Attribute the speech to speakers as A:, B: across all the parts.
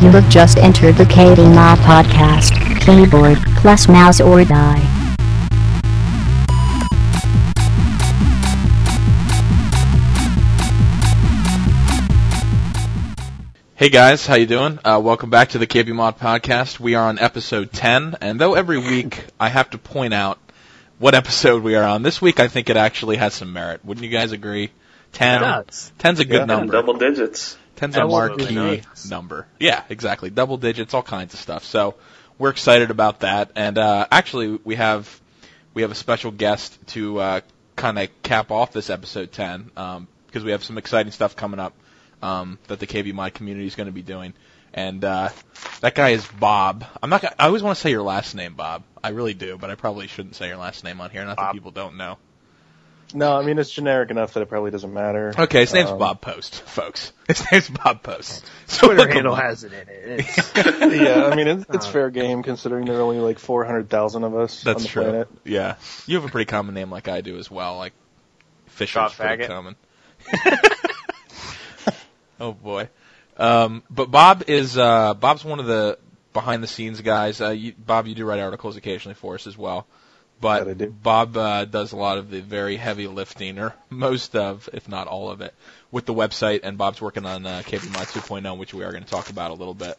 A: You have just entered the Katie Ma podcast. Keyboard plus mouse or die.
B: Hey guys, how you doing? Uh, welcome back to the KB Mod Podcast. We are on episode 10, and though every week I have to point out what episode we are on, this week I think it actually has some merit. Wouldn't you guys agree? 10.
C: It does.
B: 10's a good number.
D: Double digits.
B: 10's a
C: Absolutely.
B: marquee number. Yeah, exactly. Double digits, all kinds of stuff. So we're excited about that. And uh, actually, we have we have a special guest to uh, kind of cap off this episode 10 um, because we have some exciting stuff coming up um, that the KB Mod community is going to be doing. And uh, that guy is Bob. I'm not. Gonna, I always want to say your last name, Bob. I really do, but I probably shouldn't say your last name on here. Not that people don't know.
E: No, I mean it's generic enough that it probably doesn't matter.
B: Okay, his name's
E: Um,
B: Bob Post, folks. His name's Bob Post. So
C: Twitter
B: look him
C: handle
B: up.
C: has it in it. It's,
E: yeah, I mean it's, it's
C: Uh,
E: fair game considering there are only like four hundred thousand of us
B: That's
E: on the
B: true.
E: planet.
B: Yeah, you have a pretty common name like I do as well. Like Fisher's
F: Shot
B: pretty
F: faggot.
B: common. oh boy, um, but Bob is uh, Bob's one of the behind the scenes guys. Uh, you, Bob, you do write articles occasionally for us as well. But
E: That I do.
B: Bob uh, does a lot of the very heavy lifting, or most of, if not all of it, with the website. And Bob's working on uh, KPMI 2.0, which we are going to talk about a little bit,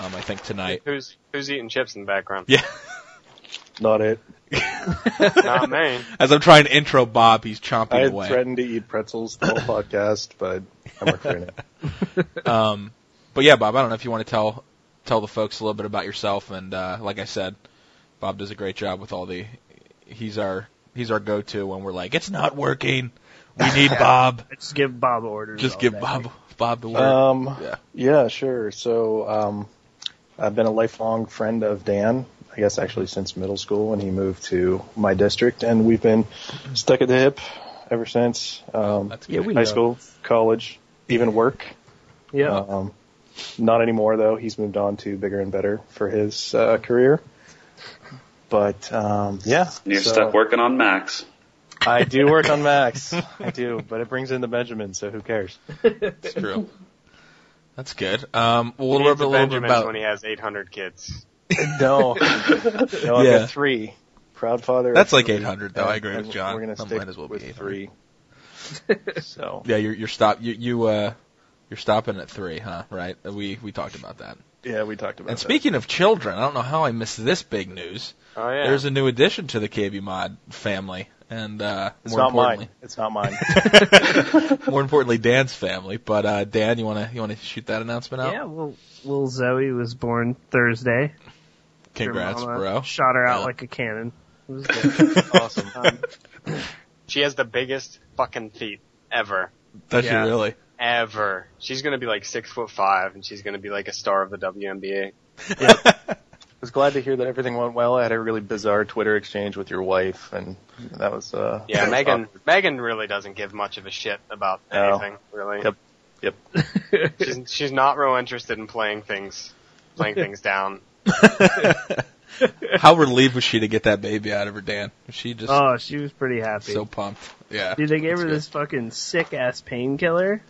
B: um, I think tonight.
F: Who's who's eating chips in the background?
B: Yeah.
E: Not it.
F: Not me.
B: As I'm trying to intro Bob, he's chomping
E: I
B: away.
E: threatened to eat pretzels the whole podcast, but I'm refraining.
B: But yeah, Bob, I don't know if you want to tell tell the folks a little bit about yourself. And uh, like I said, Bob does a great job with all the. He's our he's our go to when we're like it's not working. We need Bob.
C: just give Bob orders.
B: Just
C: all
B: give
C: day.
B: Bob Bob the word.
E: Um,
B: Yeah.
E: yeah. sure. So um, I've been a lifelong friend of Dan. I guess actually since middle school when he moved to my district, and we've been stuck at the hip ever since. Um,
B: That's
C: Yeah,
B: good.
C: we
E: high
C: know.
E: school, college, even work.
C: Yeah.
E: Um, not anymore though. He's moved on to bigger and better for his uh, career. But um, yeah,
D: And you're
E: so
D: stuck working on Max.
E: I do work on Max. I do, but it brings in the Benjamin, so who cares?
B: That's true. That's good. Um, well, a
F: He
B: little bit, a
F: needs a
B: little bit
F: Benjamin
B: about
F: when he has 800 kids.
E: No, no, I've
B: Yeah.
E: got three. Proud father. of
B: That's like
E: three.
B: 800, though. I agree
E: And
B: with John.
E: We're gonna
B: That
E: stick
B: might as well be
E: with
B: 800.
E: three. so
B: yeah. You're you're stop you you uh you're stopping at three, huh? Right. We we talked about that.
E: yeah, we talked about.
B: And
E: that.
B: speaking of children, I don't know how I missed this big news.
F: Oh yeah.
B: There's a new addition to the KB Mod family, and uh,
E: it's
B: more
E: not
B: importantly,
E: mine. It's not mine.
B: more importantly, Dan's family. But uh, Dan, you wanna you wanna shoot that announcement out?
C: Yeah, well, little Zoe was born Thursday.
B: Congrats,
C: Her mama
B: bro.
C: Shot her out
B: Yeah.
C: like a cannon. It was good. Um,
E: awesome.
F: she has the biggest fucking feet ever,
B: Does
C: Yeah.
B: she really?
F: ever. She's gonna be like six foot five, and she's gonna be like a star of the WNBA.
E: I was glad to hear that everything went well. I had a really bizarre Twitter exchange with your wife, and that was uh
F: Yeah, Megan. Megan really doesn't give much of a shit about
E: No.
F: anything. Really.
E: Yep. Yep.
F: She's she's not real interested in playing things, playing things down.
B: How relieved was she to get that baby out of her, Dan? Was she just
C: oh, she was pretty happy.
B: so pumped? Yeah.
C: Dude, they gave
B: that's
C: her
B: good.
C: this fucking sick ass painkiller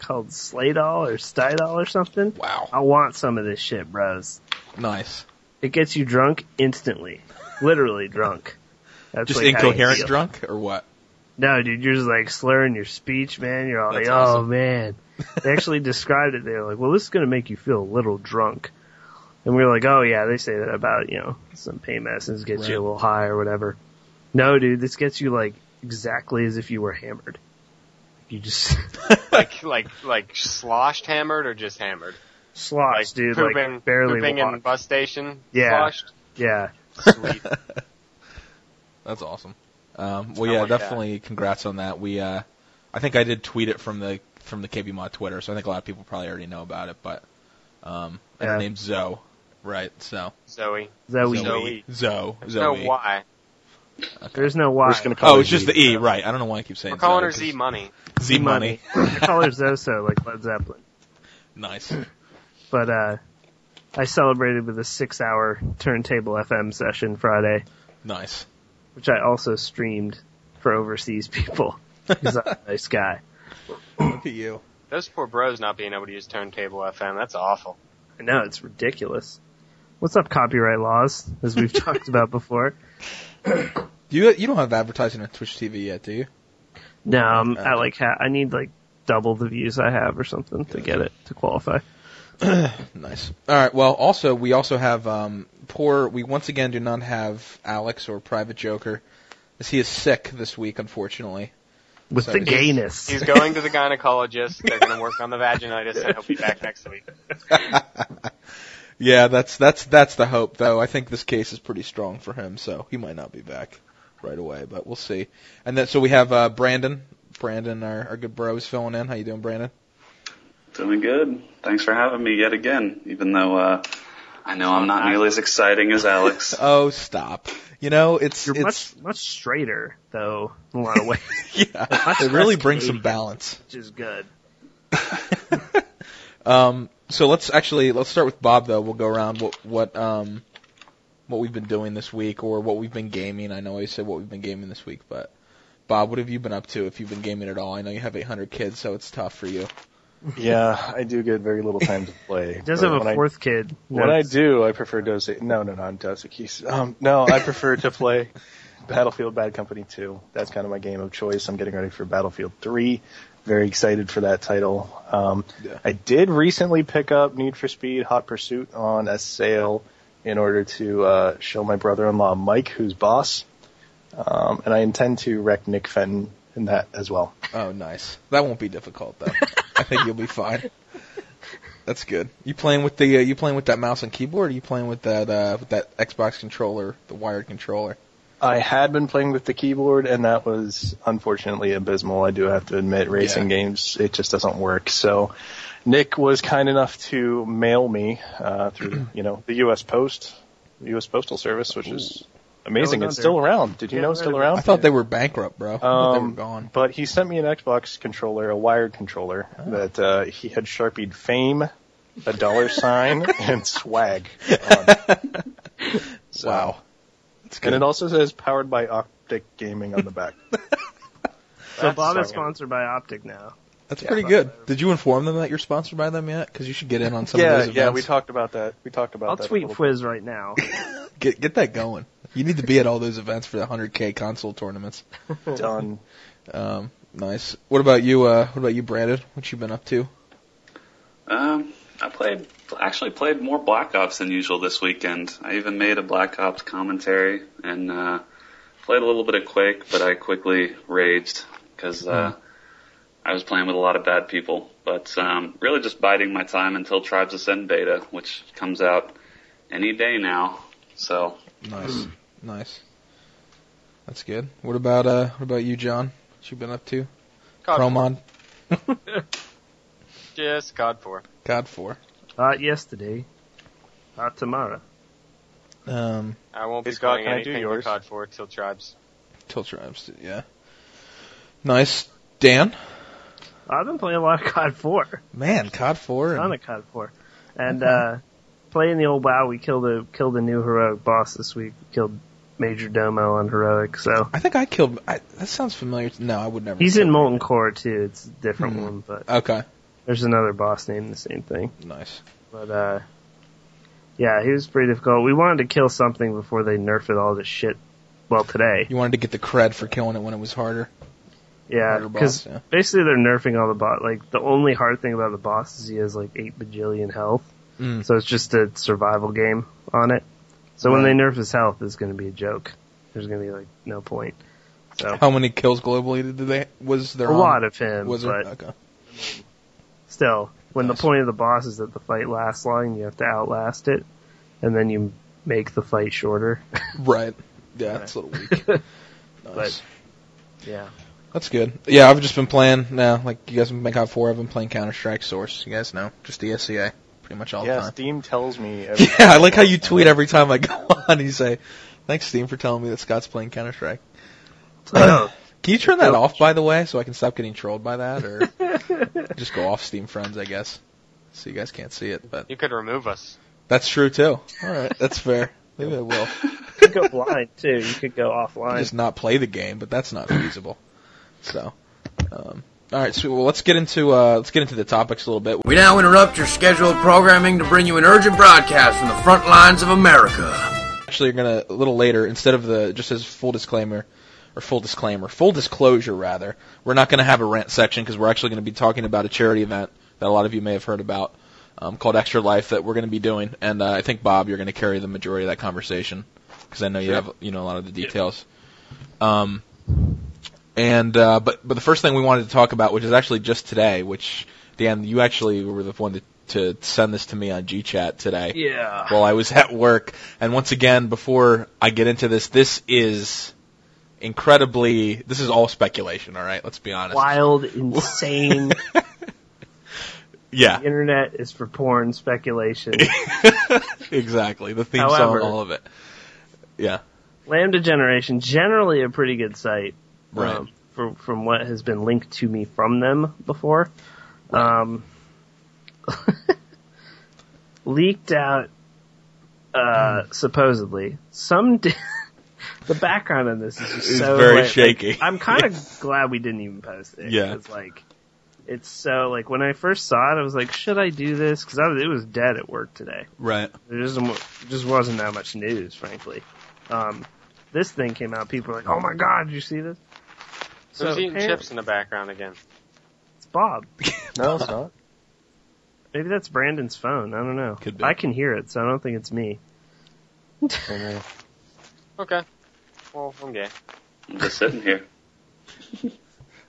C: called Slaydol or Stydol or something.
B: Wow.
C: I want some of this shit, bros.
B: Nice.
C: It gets you drunk instantly, literally drunk. That's
B: Just
C: like how you
B: incoherent
C: feel.
B: drunk or what?
C: No, dude, you're just like slurring your speech, man. You're all
B: That's
C: like, oh
B: awesome.
C: man. They actually described it. They were like, well, this is going to make you feel a little drunk. And we were like, oh yeah, they say that about, you know, some pain medicines get
B: Right.
C: you a little high or whatever. No, dude, this gets you like exactly as if you were hammered. You just
F: Like like like sloshed hammered or just hammered. Like
C: sloshed, dude,
F: pooping,
C: like barely
F: pooping in
C: walk.
F: bus station.
C: Yeah.
F: Sloshed.
C: Yeah.
F: Sweet.
B: That's awesome. Um, well,
F: I
B: yeah,
F: like that.
B: definitely. Congrats on that. We, uh, I think I did tweet it from the from the KB Mod Twitter, so I think a lot of people probably already know about it. But um, and her
C: Yeah.
B: name's Zoe, right? So
F: Zoe.
C: Zoe.
F: Zoe.
B: Zoe.
F: There's no
B: Zoe.
F: why.
C: There's no Y.
E: We're just gonna call
B: Oh,
E: her
B: it's just
E: Z.
B: the E, right? I don't know why I keep saying
F: We're calling her
B: Zoe, 'cause
F: Z Money.
B: Z money.
C: I call her Zoso, like Led Zeppelin.
B: Nice.
C: But, uh, I celebrated with a six hour turntable FM session Friday.
B: Nice.
C: which I also streamed for overseas people. Because I'm a nice guy.
B: Look at you.
F: Those poor bros not being able to use turntable FM. That's awful.
C: I know it's ridiculous. What's up, copyright laws? As we've talked about before.
B: You you don't have advertising on Twitch TV yet, do you?
C: No, I'm at
E: Uh-huh.
C: like ha- I need like double the views I have or something to get it to qualify.
B: Nice. All right. Well, also we also have um, poor. We once again do not have Alex or Private Joker, as he is sick this week, unfortunately.
C: With
B: So
C: the
B: he's-
C: gayness.
F: He's going to the gynecologist. They're going to work on the vaginitis, and he'll be back next week.
B: Yeah, that's that's that's the hope, though. I think this case is pretty strong for him, so he might not be back right away, but we'll see. And then so we have uh, Brandon. Brandon, our, our good bro, is filling in. How you doing, Brandon?
D: Doing good. Thanks for having me yet again, even though uh, I know I'm not nearly as exciting as Alex.
B: Oh, stop. You know, it's
C: You're
B: it's
C: much much straighter though in a lot of ways,
B: yeah.
C: much
B: It really
C: less
B: brings some
C: Canadian.
B: balance.
C: which is good.
B: So let's actually let's start with Bob though. We'll go around what what um what we've been doing this week or what we've been gaming. I know I said what we've been gaming this week, but Bob, what have you been up to if you've been gaming at all? I know you have 800 kids, so it's tough for you.
E: Yeah, I do get very little time to play.
C: He does have a fourth kid.
E: What I
C: That's-
E: do, I prefer Dose. No, no, not Dose Keys. Um, no, I prefer to play Battlefield Bad Company 2. That's kind of my game of choice. I'm getting ready for Battlefield 3. Very excited for that title. Um, I did recently pick up Need for Speed Hot Pursuit on a sale in order to uh, show my brother-in-law Mike, who's boss, um, and I intend to wreck Nick Fenton in that as well.
B: Oh, nice. That won't be difficult though. I think you'll be fine. That's good. You playing with the uh, you playing with that mouse and keyboard? Or you playing with that uh, with that Xbox controller, the wired controller?
E: I had been playing with the keyboard, and that was unfortunately abysmal. I do have to admit, racing games it just doesn't work. So, Nick was kind enough to mail me uh, through, you know, the U.S. Post, U.S. Postal Service, which is amazing.
C: Going
E: It's
C: under.
E: still around. Did you
C: Yeah,
E: know it's still
C: right.
B: I
E: around?
B: thought they were bankrupt, bro. I thought they were
E: Um,
B: gone. Ah.
E: But he sent me an Xbox controller, a wired controller that uh, he had sharpied fame, a dollar sign, and swag. On. So-
B: wow. That's
E: And it also says powered by Optic Gaming on the back.
C: so Bob is
E: sucking.
C: sponsored by Optic now.
B: That's pretty good. Did you inform them that you're sponsored by them yet? Because you should get in on some
E: yeah,
B: of those
E: yeah,
B: events.
E: we talked about that. We talked about
C: I'll
E: that. a
C: tweet
E: little
C: Fwiz right now.
B: get get that going. You need to be at all those events for the 100k console tournaments.
E: bit done.
B: Um, nice. What about you? Uh, what about you, Brandon? What you been up to?
D: Um, I played actually played more Black Ops than usual this weekend. I even made a Black Ops commentary and uh, played a little bit of Quake, but I quickly raged because uh, I was playing with a lot of bad people. But um, really, just biding my time until Tribes Ascend beta, which comes out any day now. So
B: Nice, nice. That's good. What about uh, what about you, John? What you been up to?
F: God,
B: Promon
F: Yes, God for.
B: God four.
C: Not Uh, yesterday. Not tomorrow.
B: Um,
F: I won't be
E: Is God-
F: calling
E: can I do
F: anything but
E: yours?
F: COD 4 till Tribes.
B: Tilt Tribes. Yeah. Nice, Dan.
C: I've been playing a lot of COD 4.
B: Man, COD four.
C: Ton
B: And,
C: of COD 4. And, uh, playing the old WoW, we killed a, killed a new heroic boss this week. We killed Major Domo on heroic, so.
B: I think I killed. I, that sounds familiar. to- No, I would never.
C: He's
B: kill
C: in
B: him.
C: Molten Core too. It's a different
B: Hmm.
C: one, but
B: Okay,
C: there's another boss named the same thing.
B: nice.
C: But, uh, yeah, he was pretty difficult. We wanted to kill something before they nerfed all this shit. Well, today.
B: You wanted to get the cred for killing it when it was harder.
C: Yeah,
B: Harder boss,
C: because
B: yeah.
C: basically they're nerfing all the bot. Like the only hard thing about the boss is he has like eight bajillion health,
B: Mm.
C: so it's just a survival game on it. So when they nerf his health, it's going to be a joke. There's going to be like no point. So
B: How many kills globally did they? Was there
C: a
B: on-
C: lot of him,
B: Was there?
C: but
B: Okay.
C: still, when
B: Nice.
C: the point of the boss is that the fight lasts long, you have to outlast it, and then you make the fight shorter.
B: Right. Yeah, it's a little weak. nice.
C: But- yeah,
B: That's good. Yeah, I've just been playing now. Like you guys have been out four. I've been playing Counter Strike Source. You guys know, just the SCA, pretty much all
E: Yeah,
B: the time.
E: Steam tells me. Every
B: Yeah, I like how you tweet every time I go on. You say, "Thanks, Steam, for telling me that Scott's playing Counter Strike."
C: So,
B: Can you turn that off, by the way, so I can stop getting trolled by that, or just go off Steam Friends, I guess, so you guys can't see it. But
F: You could remove us.
B: that's true too. All right, that's fair. Maybe I will.
C: you could go blind too. You could go offline.
B: just not play the game, but that's not feasible. So, um, All right, so well, let's get into uh, let's get into the topics a little bit.
G: We now interrupt your scheduled programming to bring you an urgent broadcast from the front lines of America.
B: actually are gonna a little later instead of the just as full disclaimer or full disclaimer full disclosure rather we're not gonna have a rant section because we're actually gonna be talking about a charity event that a lot of you may have heard about um, called Extra Life that we're gonna be doing and uh, I think Bob you're gonna carry the majority of that conversation because I know you have you know a lot of the details um and uh, but but the first thing we wanted to talk about which is actually just today which Dan you actually were the one to to send this to me on GChat today
C: Yeah.
B: while I was at work. And once again, before I get into this, this is incredibly, this is all speculation, alright? Let's be honest.
C: Wild, insane.
B: Yeah,
C: the internet is for porn speculation.
B: exactly. The theme
C: However-
B: song, all of it. Yeah,
C: Lambda Generation, generally a pretty good site.
B: right.
C: um, from from what has been linked to me from them before. Um, leaked out uh,
B: Hmm.
C: supposedly some. Di- the background on this is just
B: It's
C: so
B: very
C: like- like,
B: shaky.
C: I'm kind of glad we didn't even post it.
B: Yeah.
C: it's like it's so like when I first saw it, I was like, should I do this? Because it was dead at work today.
B: right.
C: There just just wasn't that much news, frankly. Um, this thing came out. People were like, "Oh my god, did you see this?"
F: Who's eating
C: apparently-
F: chips in the background again?
C: It's Bob.
E: No, it's not.
C: Maybe that's Brandon's phone. I don't know.
B: Could be.
C: I can hear it, so I don't think it's me.
F: Okay. Well, I'm gay.
D: I'm just sitting here.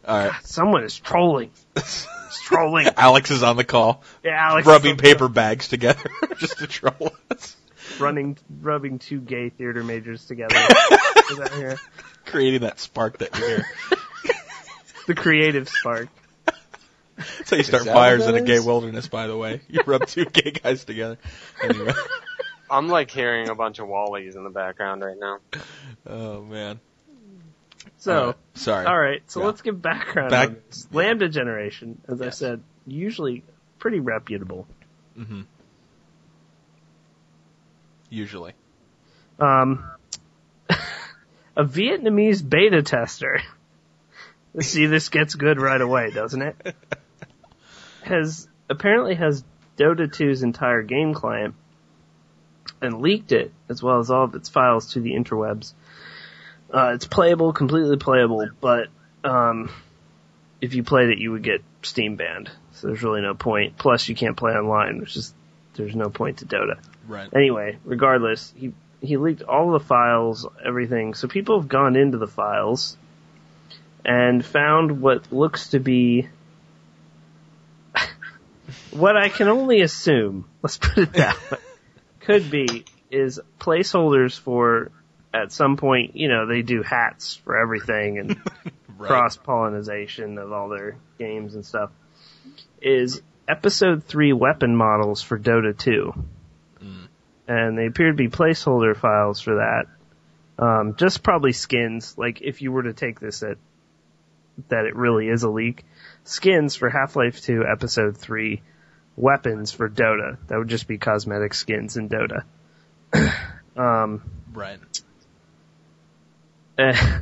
B: Alright.
C: Someone is trolling. It's trolling.
B: Alex is on the call,
C: Yeah, Alex.
B: rubbing
C: is
B: paper bags together just to troll us,
C: Running, rubbing two gay theater majors together. Is that here?
B: creating that spark that you're.
C: The creative spark.
B: That's how you start
E: that
B: fires
E: what
B: in
E: that
B: a gay
E: is?
B: wilderness, by the way. You rub two gay guys together. Anyway.
F: I'm like hearing a bunch of Wallies in the background right now.
B: Oh, man.
C: So,
B: Alright, sorry.
C: all right. So
B: Yeah.
C: let's give background.
B: Back-
C: on this. Lambda Generation, as I said, usually pretty reputable.
B: Mm-hmm. Usually.
C: um, a Vietnamese beta tester. See, this gets good right away, doesn't it? Has apparently has Dota 2's entire game client and leaked it as well as all of its files to the interwebs. Uh, it's playable, completely playable, but um, if you played it, you would get Steam banned. So there's really no point. Plus, you can't play online, which is there's no point to Dota
B: Right.
C: anyway, regardless, he he leaked all the files, everything. So people have gone into the files and found what looks to be what I can only assume. Let's put it that way. Could be is placeholders for at some point, you know, they do hats for everything and
B: Right.
C: cross pollination of all their games and stuff is episode three weapon models for Dota two,
B: Mm.
C: and they appear to be placeholder files for that. Um, just probably skins. Like if you were to take this at that it really is a leak, skins for Half Life two episode three, weapons for Dota. That would just be cosmetic skins in Dota. um,
B: Right.
C: eh,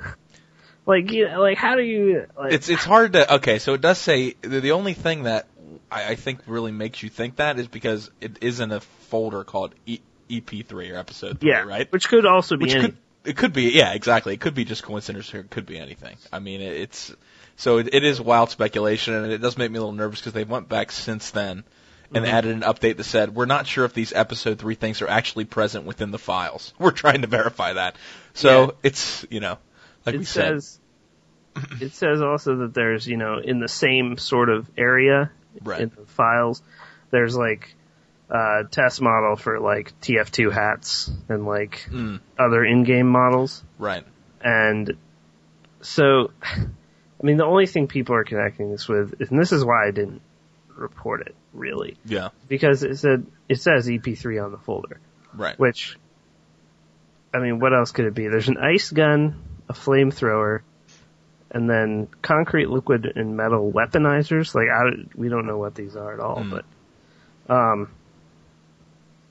C: like you like how do you like,
B: It's it's hard to okay. So it does say the, the only thing that I, I think really makes you think that is because it is in a folder called e, EP3 or episode three,
C: yeah
B: right?
C: Which could also be
B: Which
C: any-
B: could it could be yeah exactly. It could be just coincidence or it could be anything. I mean it, it's so it, it is wild speculation and it does make me a little nervous because they went back since then. And
C: Mm-hmm.
B: added an update that said, we're not sure if these episode three things are actually present within the files. We're trying to verify that. So
C: Yeah.
B: it's, you know, like we
C: it
B: said,
C: says it says also that there's you know in the same sort of area
B: right.
C: in the files there's like uh test model for like tf2 hats and like
B: Mm,
C: other in-game models
B: right.
C: and so i mean the only thing people are connecting this with and this is why i didn't report it really
B: Yeah.
C: because it said it says ep3 on the folder
B: Right.
C: which I mean, what else could it be? There's an ice gun, a flamethrower, and then concrete, liquid, and metal weaponizers. Like I, don't- we don't know what these are at all,
B: Mm.
C: but um,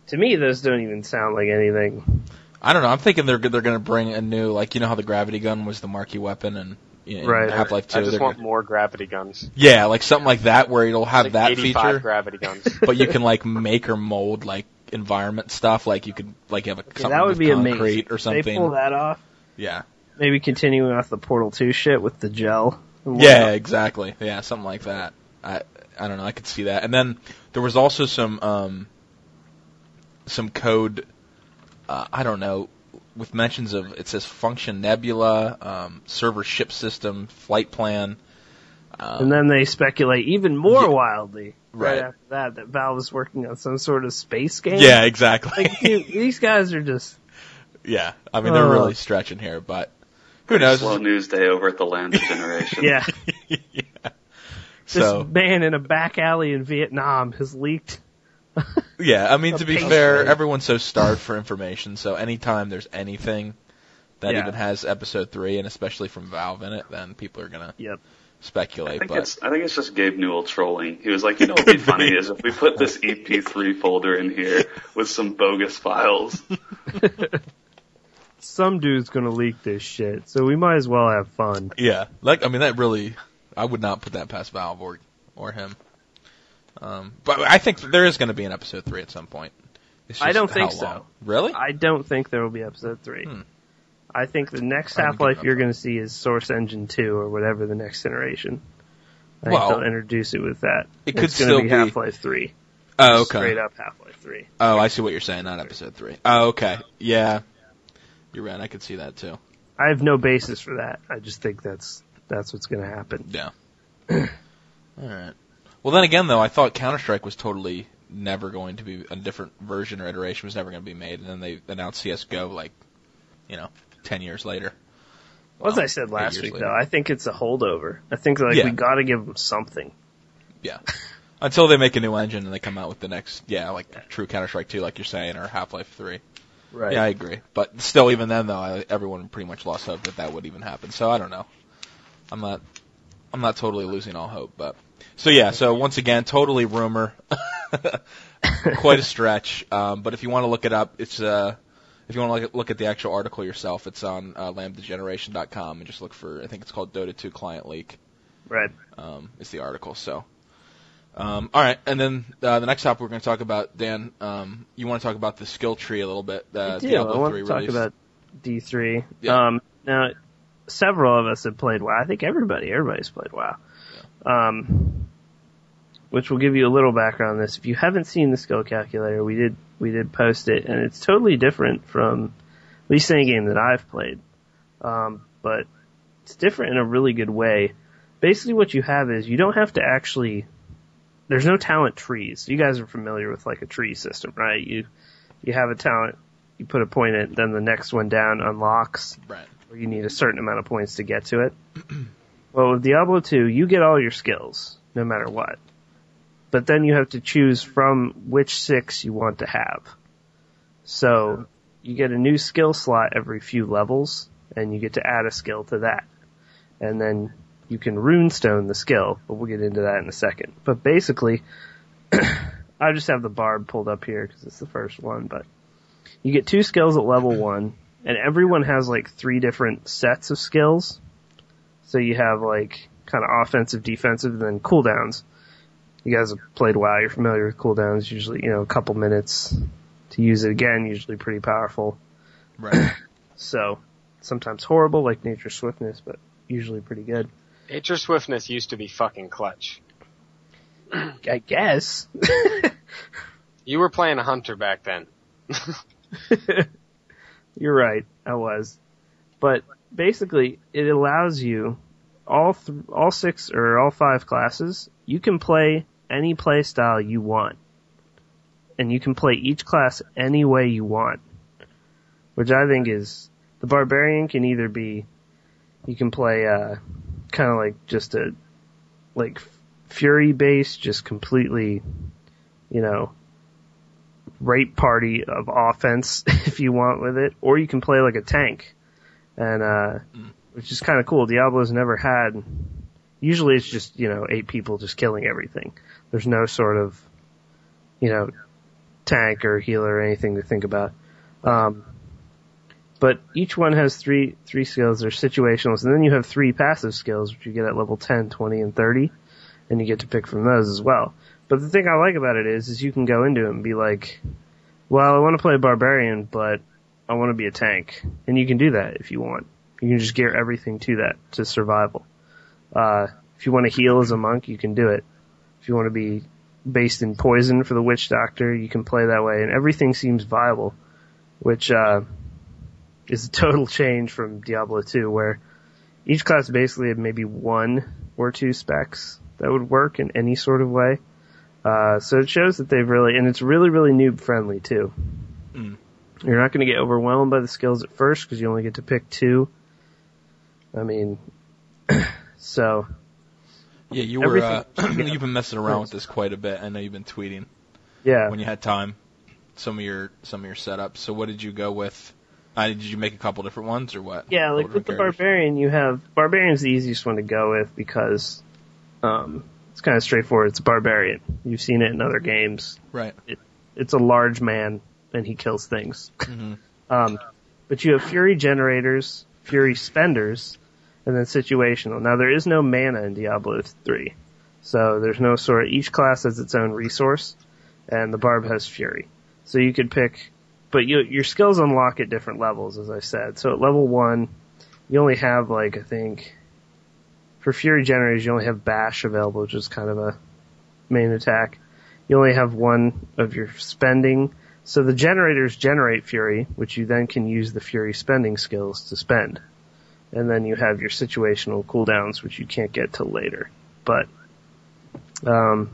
C: to me, those don't even sound like anything.
B: I don't know. I'm thinking they're they're going to bring a new like you know how the gravity gun was the marquee weapon and in
C: Right.
B: Half Life Two.
F: I just
B: they're
F: want
B: gonna-
F: more gravity guns.
B: yeah, like something like that where it'll have
F: Like
B: that
F: 85
B: feature,
F: gravity guns.
B: but you can like make or mold like environment stuff. Like you could like have a
C: Okay,
B: something
C: that would
B: with
C: be
B: concrete
C: amazing.
B: or
C: They
B: something.
C: pull that off.
B: yeah,
C: Maybe continuing off the Portal Two shit with the gel. and
B: yeah, exactly. Yeah, something like that. I I don't know. I could see that. And then there was also some um some code. Uh, I don't know. With mentions of it says function nebula, um, server ship system, flight plan. Um,
C: And then they speculate even more
B: Yeah.
C: wildly right.
B: Right.
C: after that that Valve is working on some sort of space game.
B: yeah, exactly.
C: Like, dude, these guys are just
B: yeah, I mean they're
C: Uh.
B: really stretching here, but who knows?
D: Slow news day over at the Land of Generation.
C: yeah. This
B: So
C: man in a back alley in Vietnam has leaked.
B: yeah, I mean to be
C: pastry.
B: fair, everyone's so starved for information. So anytime there's anything that
C: Yeah.
B: even has episode three, and especially from Valve in it, then people are gonna
C: Yep.
D: I
B: speculate.
D: think,
B: but
D: it's, I think it's just Gabe Newell trolling. He was like, you know what would be funny is if we put this EP3 folder in here with some bogus files.
C: Some dude's gonna leak this shit, so we might as well have fun.
B: Yeah, like I mean, that really, I would not put that past Valve or or him. Um, but I think there is going to be an episode three at some point. It's
C: I
B: just
C: don't
B: how
C: think so.
B: long. Really?
C: I don't think there will be episode three.
B: Hmm.
C: I think the next
B: I haven't
C: Half Life
B: given up
C: you're
B: on
C: gonna see is Source Engine two or whatever the next generation. I
B: Well-
C: think they'll introduce it with that.
B: It could
C: it's gonna
B: still be-
C: be Half Life three.
B: oh, okay.
C: Straight up Half Life three.
B: Oh, I see what you're saying. Not episode three. Oh, okay. Yeah, you're right. I could see that too.
C: I have no basis for that. I just think that's that's what's going to happen.
B: Yeah. All right. Well, then again, though, I thought Counter Strike was totally never going to be a different version or iteration was never going to be made, and then they announced CS:GO like, you know, ten years later.
C: Well, as
B: Well,
C: I said
B: eight
C: last
B: years
C: week,
B: later.
C: though, I think it's a holdover. I think like
B: Yeah.
C: we got to give them something.
B: Yeah. Until they make a new engine and they come out with the next, yeah, like true Counter Strike 2, like you're saying, or Half Life 3.
E: Right.
B: Yeah, I agree. But still, even then, though, I, everyone pretty much lost hope that that would even happen. So I don't know. I'm not, I'm not totally losing all hope. But so yeah, so once again, totally rumor, quite a stretch. Um, but if you want to look it up, it's uh, if you want to look at, look at the actual article yourself, it's on uh, lambdageneration.com and just look for. I think it's called Dota 2 client leak
C: Right.
B: um, is the article. So, um, all right, and then uh, the next topic we're going to talk about, Dan. Um, you want to talk about the skill tree a little bit? The
H: uh,
C: I do.
B: uh, Diablo
C: I want
B: three
C: to talk
B: release.
C: about D3.
B: Yeah.
C: Um, now, several of us have played WoW. I think everybody, everybody's played WoW. Um, which will give you a little background on this. If you haven't seen the skill calculator, we did we did post it, and it's totally different from at least any game that I've played. Um, but it's different in a really good way. Basically, what you have is you don't have to actually. There's no talent trees. You guys are familiar with like a tree system, right? You you have a talent, you put a point in, it, then the next one down unlocks,
B: Right.
C: or you need a certain amount of points to get to it. well, with Diablo 2, you get all your skills, no matter what. But then you have to choose from which six you want to have. So you get a new skill slot every few levels, and you get to add a skill to that. And then you can runestone the skill, but we'll get into that in a second. But basically, I just have the barb pulled up here because it's the first one, but you get two skills at level one, and everyone has like three different sets of skills. So you have like kind of offensive, defensive, and then cooldowns. You guys have played WoW, you're familiar with cooldowns, usually, you know, a couple minutes to use it again, usually pretty powerful.
B: Right.
C: So sometimes horrible, like Nature's Swiftness, but usually pretty good.
F: Nature Swiftness used to be fucking clutch.
C: I guess.
F: You were playing a hunter back then.
C: You're right. I was. But basically, it allows you all th- all six or all five classes. You can play any play style you want, and you can play each class any way you want, which I think is the barbarian can either be you can play uh, kind of like just a like fury based, just completely, you know, rape party of offense if you want with it, or you can play like a tank, and uh, which is kind of cool. Diablo's never had. Usually, it's just you know eight people just killing everything. There's no sort of you know tank or healer or anything to think about. Um, But each one has three three skills. They're situationals, and then you have three passive skills, which you get at level 10, 20, and 30, and you get to pick from those as well. But the thing I like about it is, is you can go into it and be like, well, I want to play barbarian, but I want to be a tank, and you can do that if you want. You can just gear everything to that to survival. Uh, if you want to heal as a monk, you can do it. If you want to be based in poison for the witch doctor, you can play that way, and everything seems viable, which uh, is a total change from Diablo 2, where each class basically had maybe one or two specs that would work in any sort of way. Uh, so it shows that they've really, and it's really, really noob friendly too. You're not going to get overwhelmed by the skills at first because you only get to pick two. I mean, so
H: Yeah, you were. Uh,
C: Everything-
H: you've been messing around with this quite a bit. I know you've been tweeting
C: yeah.
H: when you had time. Some of your some of your setups. So what did you go with? Uh, did you make a couple different ones or what?
C: Yeah,
H: Couple
C: like with the
H: different characters?
C: barbarian, you have barbarian's the easiest one to go with because um, it's kind of straightforward. It's a barbarian. You've seen it in other games.
H: Right.
C: It's a large man and he kills things. um, but you have fury generators, fury spenders, and then situational. Now there is no mana in Diablo three, so there's no sort. Each class has its own resource, and the barb has fury. So you could pick, but you, your skills unlock at different levels, as I said. So at level one, you only have like I think for fury generators you only have bash available, which is kind of a main attack. You only have one of your spending. So the generators generate fury, which you then can use the fury spending skills to spend. And then you have your situational cooldowns, which you can't get till later. But um,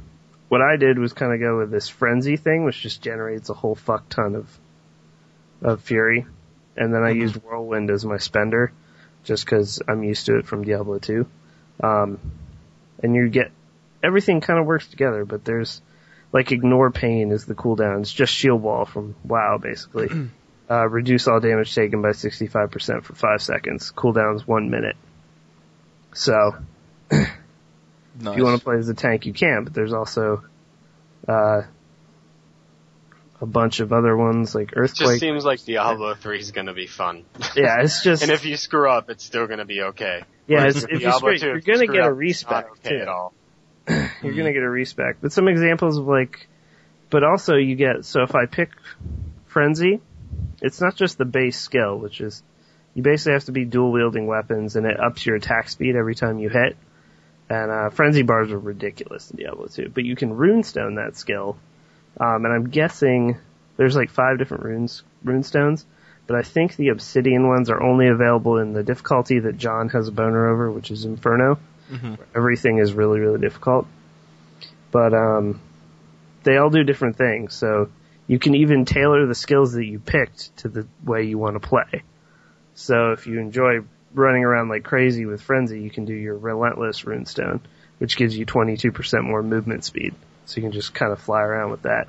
C: what I did was kind of go with this frenzy thing, which just generates a whole fuck ton of of fury. And then I used whirlwind as my spender, just because I'm used to it from Diablo 2. Um, and you get everything kind of works together, but there's like ignore pain is the cooldown. It's just shield wall from WoW basically. uh, reduce all damage taken by 65% for five seconds. Cooldown's one minute. So
H: Nice.
C: if you want to play as a tank, you can, but there's also uh, a bunch of other ones like
F: It just
C: earthquake.
F: seems like Diablo 3 is going to be fun.
C: yeah, it's just
F: and if you screw up, it's still going to be okay.
C: yeah,
F: Whereas
C: it's,
F: with
C: if you
F: Diablo
C: screw,
F: 2,
C: you're
F: if you
C: gonna
F: screw
C: get
F: up,
C: a
F: it's
C: respec
F: not okay
C: too.
F: at all.
C: You're gonna get a respec. But some examples of like, but also you get, so if I pick Frenzy, it's not just the base skill, which is, you basically have to be dual wielding weapons and it ups your attack speed every time you hit. And, uh, Frenzy bars are ridiculous in Diablo 2, but you can runestone that skill. Um, and I'm guessing there's like five different runes, runestones, but I think the obsidian ones are only available in the difficulty that John has a boner over, which is Inferno. where Everything is really, really difficult but um, they all do different things. So you can even tailor the skills that you picked to the way you want to play. So if you enjoy running around like crazy with frenzy, you can do your relentless runestone, which gives you 22% more movement speed. So you can just kind of fly around with that.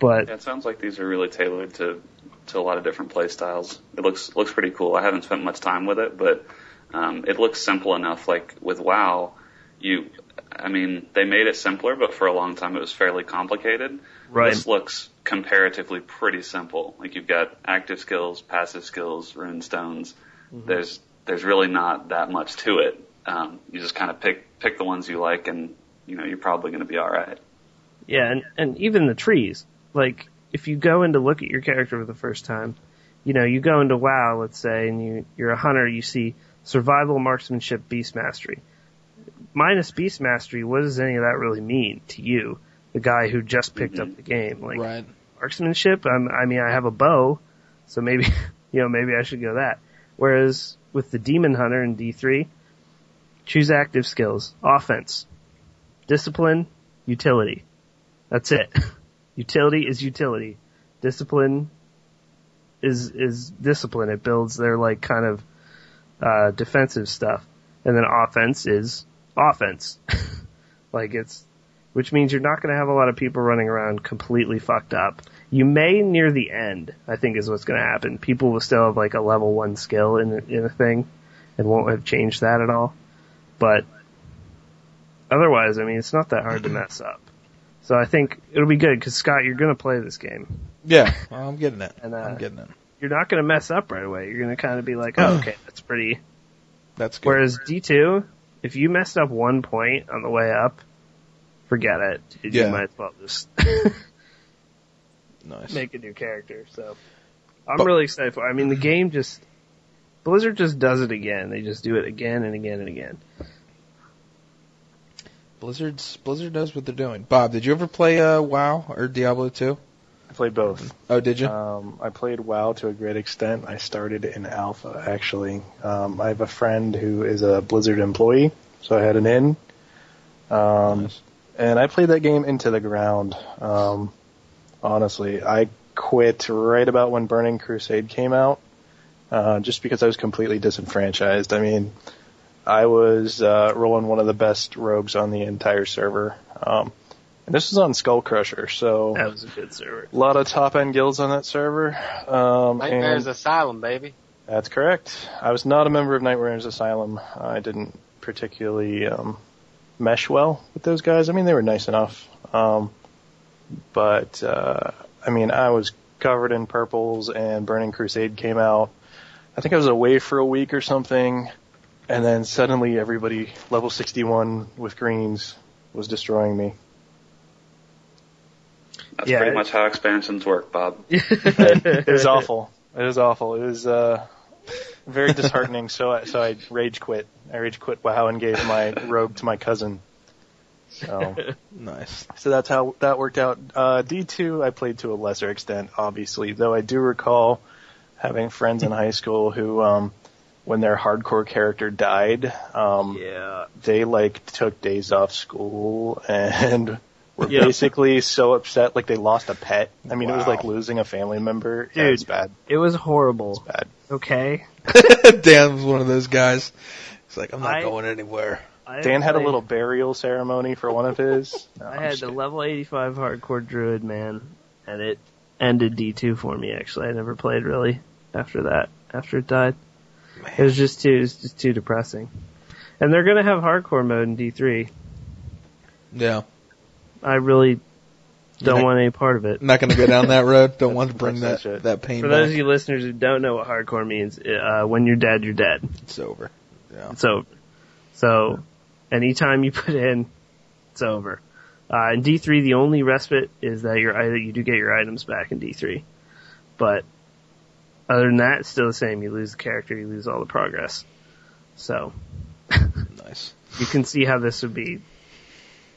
C: But
D: Yeah, it sounds like these are really tailored to to a lot of different play styles. It looks looks pretty cool. I haven't spent much time with it, but um, it looks simple enough. Like with WoW, you, I mean, they made it simpler, but for a long time it was fairly complicated.
C: Right.
D: This looks comparatively pretty simple. Like you've got active skills, passive skills, rune stones.
C: Mm-hmm.
D: There's there's really not that much to it. Um, you just kind of pick pick the ones you like, and you know you're probably going to be all right.
C: Yeah, and, and even the trees. Like, if you go in to look at your character for the first time, you know, you go into WoW, let's say, and you, you're a hunter, you see survival, marksmanship, beast mastery. Minus beast mastery, what does any of that really mean to you, the guy who just picked up the game? Like,
H: Right.
C: marksmanship. I'm, I mean, I have a bow, so maybe, you know, maybe I should go that. Whereas with the Demon Hunter in D3, choose active skills, offense, discipline, utility. That's it. Utility is utility. Discipline is, is discipline. It builds their like kind of, uh, defensive stuff. And then offense is offense. like it's, which means you're not going to have a lot of people running around completely fucked up. You may near the end, I think is what's going to happen. People will still have like a level one skill in, in a thing and won't have changed that at all. But otherwise, I mean, it's not that hard to mess up. So I think it'll be good because Scott, you're going to play this game.
H: Yeah. Well, I'm getting it.
C: And, uh,
H: I'm getting it.
C: you're not going to mess up right away. You're going to kind of be like, oh, okay, that's pretty.
B: That's good.
C: Whereas D2, if you messed up one point on the way up, forget it. Dude,
B: Yeah.
C: You might as well just
B: nice.
C: make a new character. So I'm
B: But-
C: really excited for. it. I mean, the game just Blizzard just does it again. They just do it again and again and again.
B: Blizzard's Blizzard knows what they're doing. Bob, did you ever play uh, WoW or Diablo 2?
E: I played both.
B: Oh, did you?
C: Uh,
E: Um, I played WoW to a great extent. I started in Alpha, actually. Um, I have a friend who is a Blizzard employee, so I had an in. Um, And I played that game into the ground. Um, honestly, I quit right about when Burning Crusade came out, uh, just because I was completely disenfranchised. I mean, I was uh, rolling one of the best rogues on the entire server. Um, and this was on Skull Crusher, so
C: That was a good server.
E: a lot of top end guilds on that server. Um,
F: Nightmares
E: and-
F: Asylum, baby.
E: that's correct. I was not a member of Nightmares Asylum. I didn't particularly um, mesh well with those guys. I mean, they were nice enough, um, but uh, I mean, I was covered in purples, and Burning Crusade came out. I think I was away for a week or something, and then suddenly everybody level 61 with greens was destroying me.
D: That's
C: Yeah,
D: pretty
C: it-
D: much how expansions work, Bob.
E: it was awful. It was awful. It was uh, very disheartening. so I, so I rage quit. I rage quit WoW and gave my rogue to my cousin. So
B: nice.
E: so that's how that worked out. Uh, D2 I played to a lesser extent, obviously, though I do recall having friends in high school who, um, when their hardcore character died, um,
C: Yeah.
E: they like took days off school and were
C: Yeah.
E: basically so upset like they lost a pet. I mean, it was
B: Wow.
E: like losing a family member. Yeah, it was bad.
C: It was horrible.
E: Bad.
C: Okay.
B: Dan was one of those guys. He's like, I'm not
C: I-
B: going anywhere.
C: I
E: Dan had a
C: played-
E: little burial ceremony for one of his. No,
C: I
E: I'm
C: had
E: just
C: the
E: kidding.
C: level 85 hardcore druid man, and it ended D2 for me. Actually, I never played really after that. After it died, it was just too it was just too depressing. And they're gonna have hardcore mode in D3.
B: Yeah.
C: I really don't
B: Yeah.
C: want any part of it.
B: Not going to go down that road. Don't want to bring
E: That's
B: that
E: such a-
B: that pain
C: For
B: back.
C: those of you listeners who don't know what hardcore means, uh, when you're dead, you're dead.
B: it's over. Yeah.
C: It's over. So, anytime you put in, it's over. Uh, in D3, the only respite is that your i- you do get your items back in D3, but other than that, it's still the same. You lose the character, you lose all the progress. So
B: Nice.
C: you can see how this would be,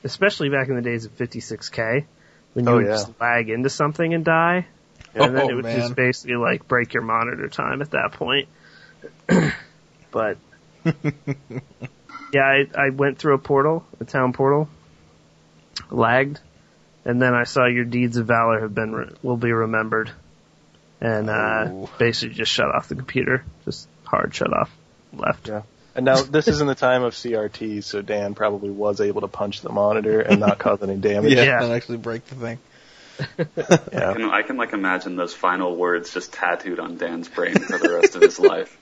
C: especially back in the days of 56k, when you
E: Oh,
C: would
E: yeah.
C: just lag into something and die, and then
B: oh,
C: it would
B: man.
C: just basically like break your monitor time at that point. but yeah, I, I went through a portal, a town portal, lagged, and then I saw your deeds of valor have been re- will be remembered, and uh,
B: Oh.
C: basically just shut off the computer, just hard shut off, left.
E: Yeah. And now this is in the time of CRT, so Dan probably was able to punch the monitor and not cause any damage.
B: yeah,
C: Yeah.
B: That actually break the thing.
D: I can, I can like imagine those final words just tattooed on Dan's brain for the rest of his life.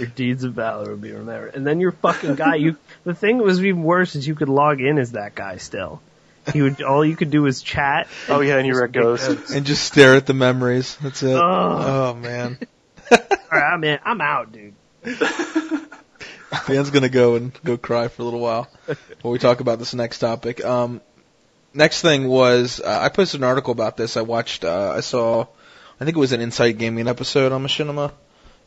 C: Your deeds of valor will be remembered. And then your fucking guy, you, the thing that was even worse is you could log in as that guy still. He would, all you could do was chat.
E: Oh yeah, and you were a ghost.
B: And just stare at the memories. That's it. oh
C: Oh.
B: man.
C: Alright, I'm in, I'm out, dude.
B: Dan's gonna go and go cry for a little while while we talk about this next topic. Um, next thing was uh, I posted an article about this. I watched. Uh, I saw. I think it was an Inside Gaming episode on Machinima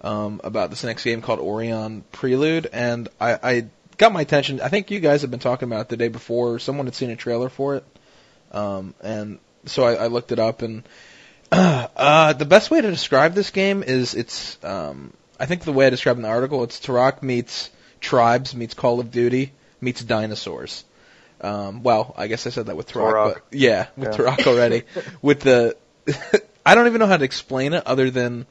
B: um, about this next game called Orion Prelude, and I, I got my attention. I think you guys have been talking about it the day before. Someone had seen a trailer for it, um, and so I, I looked it up. And uh, the best way to describe this game is it's. Um, I think the way I described in the article, it's Turok meets Tribes meets Call of Duty meets dinosaurs. Um, well, I guess I said that with Turok,
E: Turok.
B: but yeah, with
E: Yeah.
B: Turok already. with the, I don't even know how to explain it other than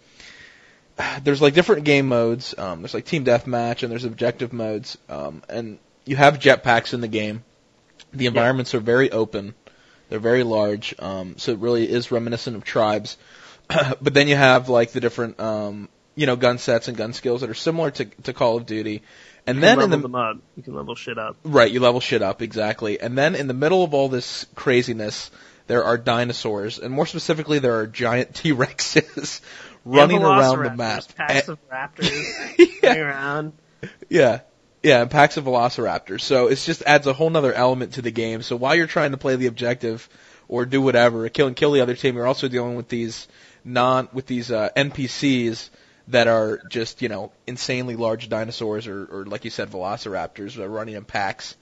B: there's like different game modes. Um, there's like team deathmatch and there's objective modes. Um, and you have jetpacks in the game. The environments are very open. They're very large. Um, so it really is reminiscent of tribes. but then you have like the different, um, you know, gun sets and gun skills that are similar to, to Call of Duty. And
C: You can
B: then in
C: level
B: the
C: them up. You can level shit up.
B: Right, you level shit up, exactly. And then in the middle of all this craziness, there are dinosaurs, and more specifically, there are giant T Rexes running around the map.
C: Velociraptors,
B: And-
C: Packs of raptors
B: Yeah.
C: running around.
B: Yeah. Yeah, and packs of velociraptors. So it just adds a whole nother element to the game. So while you're trying to play the objective or do whatever, kill and kill the other team, you're also dealing with these non with these uh NPCs that are just, you know, insanely large dinosaurs or, or like you said, velociraptors that are running in packs.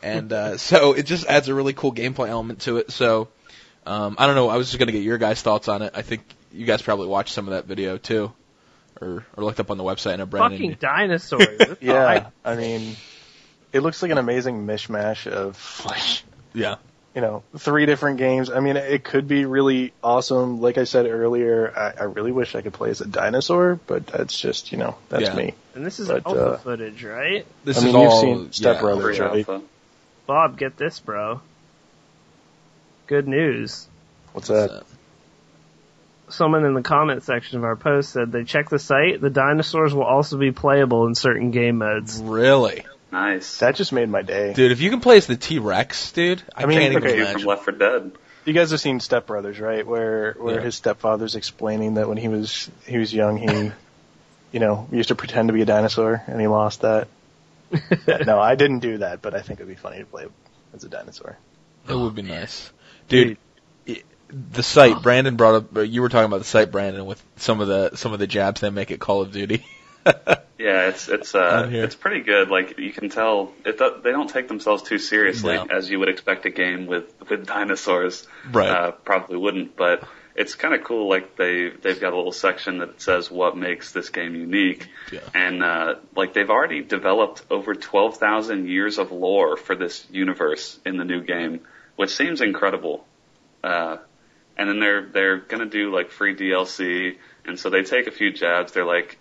B: And uh so it just adds a really cool gameplay element to it. So um I don't know, I was just gonna get your guys' thoughts on it. I think you guys probably watched some of that video too. Or or looked up on the website and Brandon.
C: Fucking dinosaurs. What the
E: Yeah,
C: heck?
E: I mean, it looks like an amazing mishmash of like,
B: Yeah.
E: you know, three different games. I mean, it could be really awesome. Like I said earlier, I, I really wish I could play as a dinosaur, but that's just, you know, that's
B: Yeah.
E: me.
C: And this is
E: But,
C: alpha
E: uh,
C: footage, right?
B: This
E: I mean,
B: is
E: you've
B: all
E: seen Step
B: yeah.
E: Brothers,
D: Free
E: right?
D: alpha.
C: Bob, get this, bro. Good news.
E: What's that?
C: Someone in the comment section of our post said they checked the site. The dinosaurs will also be playable in certain game modes.
B: Really,
D: Nice.
E: That just made my day.
B: dude? If you can play as the T Rex, dude, I,
E: I mean,
B: can't
E: okay,
B: even
D: Dude from
B: imagine.
D: Left for Dead.
E: You guys have seen Step Brothers, right? Where where
B: Yeah.
E: his stepfather's explaining that when he was he was young, he, you know, used to pretend to be a dinosaur, and he lost that. Yeah, no, I didn't do that, but I think it'd be funny to play as a dinosaur.
B: It would be nice, dude. it- The site Brandon brought up. uh, You were talking about the site Brandon with some of the some of the jabs they make at Call of Duty.
D: Yeah, it's it's
B: Out
D: uh
B: here.
D: it's pretty good. Like you can tell it do- they don't take themselves too seriously
B: No.
D: as you would expect a game with with dinosaurs.
B: Right.
D: Uh, probably wouldn't, but it's kind of cool. Like they they've got a little section that says what makes this game unique,
B: Yeah.
D: and uh, like they've already developed over twelve thousand years of lore for this universe in the new game, which seems incredible. Uh, and then they're they're gonna do like free DLC, and so they take a few jabs. They're like,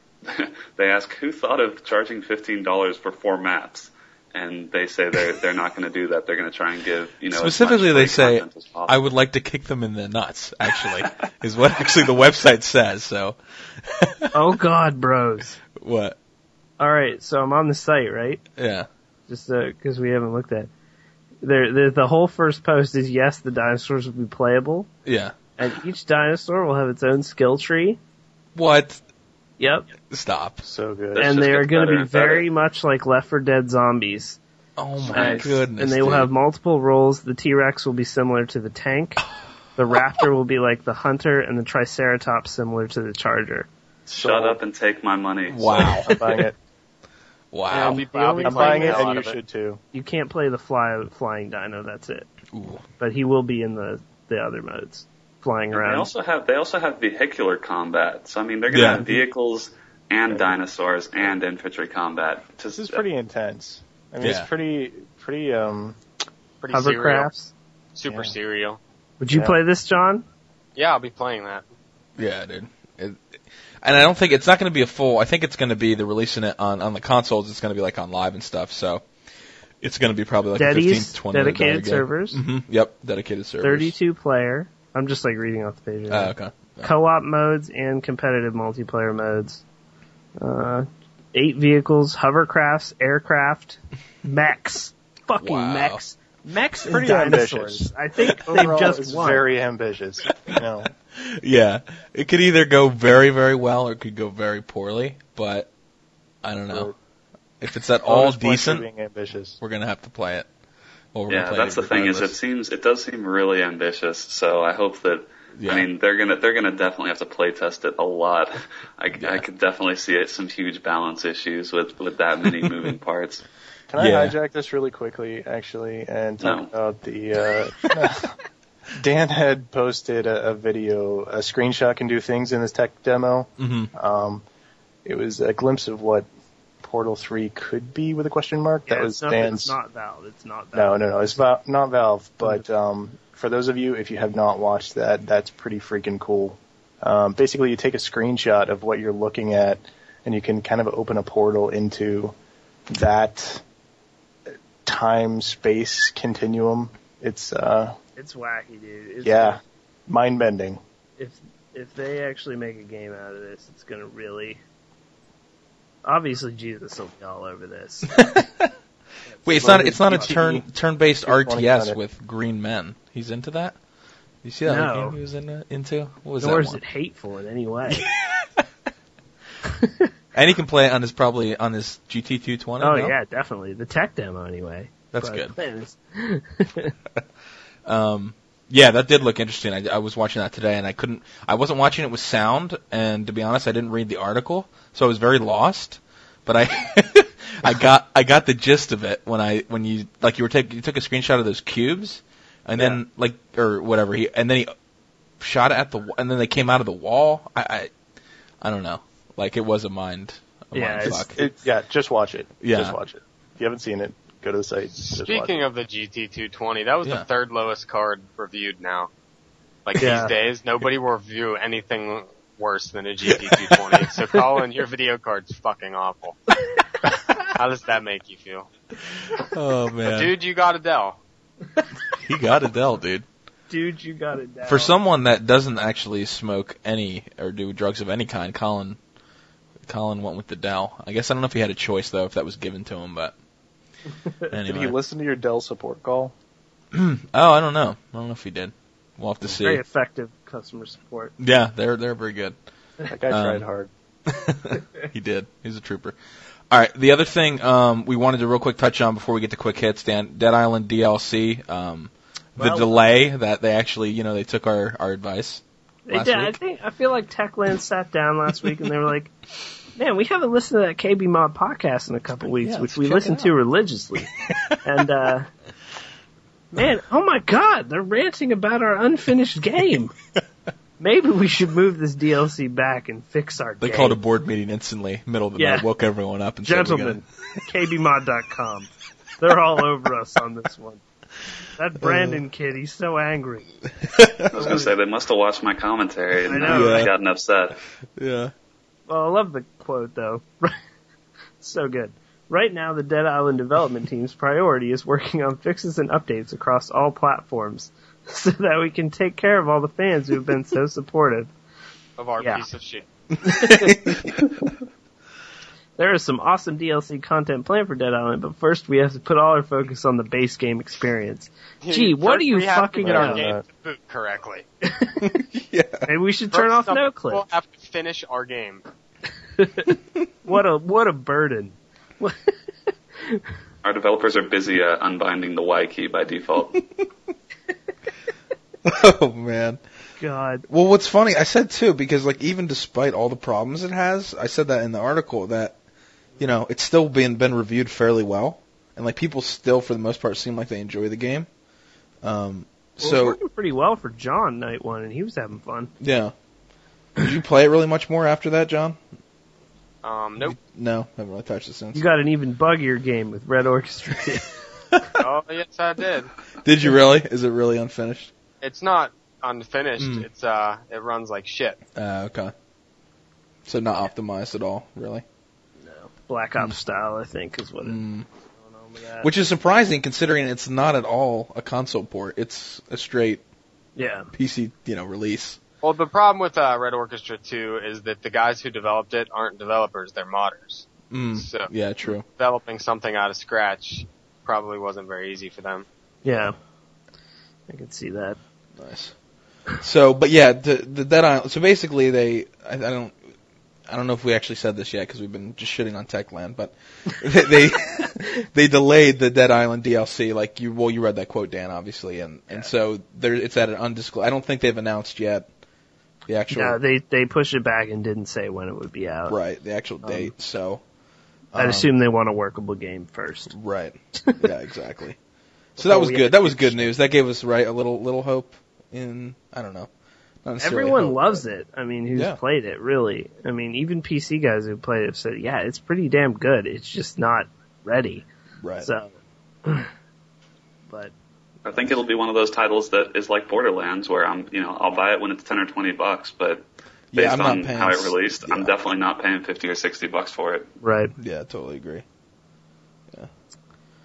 D: they ask who thought of charging fifteen dollars for four maps, and they say they're they're not gonna do that. They're gonna try and give you know as much
B: Specifically, they
D: free
B: say,
D: content as
B: I
D: possible.
B: would like to kick them in the nuts. Actually, is what actually the website says. So,
C: oh god, bros.
B: what?
C: Alright, so I'm on the site, right?
B: Yeah.
C: Just because we haven't looked at it. There, the, the whole first post is yes, the dinosaurs will be playable,
B: Yeah.
C: and each dinosaur will have its own skill tree.
B: What?
C: Yep.
B: Stop.
E: So good.
D: This
C: and
D: just
C: they are
D: gets
C: going
D: better
C: to be
D: and better.
C: very much like Left 4 Dead zombies.
B: Oh my
D: Nice.
B: goodness.
C: and they will
B: dude.
C: have multiple roles. The T Rex will be similar to the tank. The Raptor will be like the hunter, and the Triceratops similar to the charger.
D: shut up and take my money.
B: Wow.
E: I'm buying it.
B: wow.
C: And the only
E: I'm
C: thing
E: buying it,
C: is
E: and you should too.
C: You can't play the fly flying dino. That's it.
B: Ooh.
C: But he will be in the the other modes, flying
D: They
C: around.
D: also have they also have vehicular combat. So I mean, they're gonna
B: Yeah.
D: have vehicles and dinosaurs and infantry combat. Just,
E: This is pretty intense. I mean,
B: Yeah.
E: it's pretty pretty. Um,
F: Pretty serial.
C: Hovercrafts.
F: Super
E: Yeah.
F: serial.
C: Would you
E: Yeah.
C: play this, John?
F: Yeah, I'll be playing that.
B: Yeah, dude. It, and I don't think it's not going to be a full. I think it's going to be the releasing it on on the consoles. It's going to be like on live and stuff. So it's going to be probably like a fifteen
C: Daddy's
B: to twenty dollar
C: dedicated
B: game.
C: servers,
B: Mhm, Yep, dedicated servers.
C: thirty-two player. I'm just like reading off the page. right
B: Oh,
C: now.
B: okay.
C: co-op modes and competitive multiplayer modes. Uh, eight vehicles, hovercrafts, aircraft, mechs, fucking
B: Wow.
C: mechs, mechs and
E: Pretty
C: dinosaurs.
E: ambitious.
C: I think
E: overall,
C: they've
E: it's
C: just won.
E: very ambitious. You know,
B: Yeah, it could either go very very well or it could go very poorly. But I don't know if it's at all
E: Bonus points for
B: decent.
E: being ambitious.
B: We're gonna have to play it. Well, we're
D: yeah,
B: gonna play
D: that's
B: it
D: the thing is it
B: regardless.
D: seems it does seem really ambitious. So I hope that
B: Yeah.
D: I mean they're gonna they're gonna definitely have to play test it a lot. I, I could definitely see it some huge balance issues with with that many moving parts.
E: Can I
B: Yeah.
E: hijack this really quickly, actually, and talk
D: No.
E: about the? Uh, Dan had posted a, a video, a screenshot can do things in this tech demo.
B: Mhm.
E: Um, it was a glimpse of what Portal Three could be with a question mark.
C: Yeah,
E: that was
C: it's, not,
E: Dan's.
C: it's not Valve. It's not
E: no,
C: Valve.
E: no, no. It's Val- not Valve, but um, for those of you if you have not watched that, that's pretty freaking cool. Um, basically, you take a screenshot of what you're looking at, and you can kind of open a portal into that time space continuum. It's uh,
C: It's wacky, dude. It's,
E: yeah, mind bending.
C: If if they actually make a game out of this, it's gonna really. Obviously, Jesus will be all over this.
B: Wait, it's not.
E: Well,
B: It's not a
E: it's
B: turn
E: GTE.
B: turn based
E: Just wanna get
B: RTS
E: it.
B: with green men. He's into that. You see that
C: No.
B: game he was in, into? What was
C: Nor
B: that
C: is
B: one?
C: it hateful in any way.
H: and he can play it on his probably on his GT 220.
C: Oh
H: no?
C: yeah, definitely the tech demo anyway.
H: that's
C: But-
H: good.
C: but it's-
H: Yeah, that did look interesting. I, I was watching that today, and I couldn't. I wasn't watching it with sound, and to be honest, I didn't read the article, so I was very lost. But I, I got I got the gist of it when I when you like you were taking you took a screenshot of those cubes, and then like or whatever he and then he shot it at the wa- and then they came out of the wall. I I, I don't know. Like it was a mind. A
C: Yeah,
H: mind
C: it's-
H: fuck.
E: It, yeah, just watch it.
H: Yeah.
E: Just watch it. If you haven't seen it, go to the site. Just watch
F: Speaking
E: it.
F: of the GT220, that was
H: Yeah.
F: the third lowest card reviewed now. Like
C: Yeah.
F: these days, nobody will review anything worse than a GT220. so Colin, your video card's fucking awful. How does that make you feel?
H: oh man,
F: Dude, you got Adele.
H: he got Adele, dude.
C: Dude, you got it down.
H: For someone that doesn't actually smoke any or do drugs of any kind, Colin Colin went with the Dell. I guess I don't know if he had a choice though, if that was given to him, but
E: Did
H: anyway.
E: he listen to your Dell support call?
H: oh, I don't know. I don't know if he did. We'll have to see.
C: very effective customer support.
H: Yeah, they're they're very good.
E: That guy
H: Um,
E: tried hard.
H: He did. He's a trooper. All right. The other thing um, we wanted to real quick touch on before we get to quick hits, Dan, Dead Island DLC, um, the
C: Well-
H: delay that they actually, you know, they took our our advice.
C: They
H: Last
C: did. I
H: week?
C: think I feel like Techland sat down last week and they were like, "Man, we haven't listened to that KB Mod podcast in a couple weeks,
H: Yeah, let's
C: which we
H: check it
C: listen to religiously." and uh man, oh my god, they're ranting about our unfinished game. Maybe we should move this DLC back and fix our
H: They
C: game.
H: called a board meeting instantly, middle of the
C: Yeah.
H: night, woke everyone up and
C: Gentlemen, kbmod.com. They're all over us on this one.
H: Uh,
C: That Brandon kid, he's so angry.
D: I was gonna say they must have watched my commentary and
C: I know,
D: uh,
H: right?
D: gotten upset.
H: said, "We gotta-" Yeah.
C: Well, Oh, I love the quote though. so good. Right now, the Dead Island development team's priority is working on fixes and updates across all platforms so that we can take care of all the fans who've been so supportive.
F: Of our
C: Yeah.
F: piece of shit.
C: There is some awesome DLC content planned for Dead Island, but first we have to put all our focus on the base game experience. Gee, what
F: First
C: do you
F: we have
C: fucking
F: to get our
E: know?
F: game to boot correctly.
C: Maybe we should turn off
F: First
C: no
F: up,
C: clip.
F: We'll have to finish our game.
C: What a what a burden.
D: Our developers are busy uh, unbinding the Y key by default.
B: Oh man.
C: God.
B: Well, what's funny, I said too, because like even despite all the problems it has, I said that in the article that, you know, it's still been been reviewed fairly well, and like people still for the most part seem like they enjoy the game. Um,
C: Well,
B: so
C: it's working pretty well for John night one, and he was having fun.
B: yeah, did you play it really much more after that, John?
F: Um, nope.
B: No, haven't really touched it since.
C: You got an even buggier game with Red Orchestra.
F: oh, yes, I did.
B: Did you really? Is it really unfinished?
F: It's not unfinished.
C: Hmm.
B: Mm.
F: It's, uh, it runs like shit.
B: Uh, okay. So not optimized at all, really.
C: Black Ops style, I think, is what it,
B: Mm.
C: going on with that.
B: Which is surprising considering it's not at all a console port. It's a straight
C: yeah,
B: PC, you know, release.
F: Well, the problem with uh, Red Orchestra 2 is that the guys who developed it aren't developers, they're modders.
B: Mm.
F: So
B: Yeah, true.
F: developing something out of scratch probably wasn't very easy for them.
C: yeah, I can see that.
B: Nice. So, but yeah, the the Dead Island. So basically, they I, I don't I don't know if we actually said this yet because we've been just shitting on Techland, but they they, they delayed the Dead Island DLC. Like you, well, you read that quote, Dan, obviously, and and so there it's at an undisclosed. I don't think they've announced yet the actual
C: No, Uh, they they pushed it back and didn't say when it would be out.
B: right the actual
C: Um,
B: date. so
C: I'd assume they want a workable game first.
B: right, yeah, exactly. So that was
C: Oh, we
B: good.
C: had
B: That was good news. That gave us right a little little hope in I don't know. Not necessarily
C: Everyone
B: hope,
C: loves
B: but-
C: it. I mean, who's
B: Yeah.
C: played it really? I mean, even PC guys who played it have said, yeah, it's pretty damn good. It's just not ready.
B: Right.
C: So, but
D: I think it'll be one of those titles that is like Borderlands, where I'm, you know, I'll buy it when it's ten or twenty bucks, but
B: Yeah,
D: based
B: I'm not
D: on
B: paying
D: how it
B: s-
D: released, I'm
B: yeah.
D: definitely not paying fifty or sixty bucks for it.
C: right,
B: Yeah, totally agree. Yeah.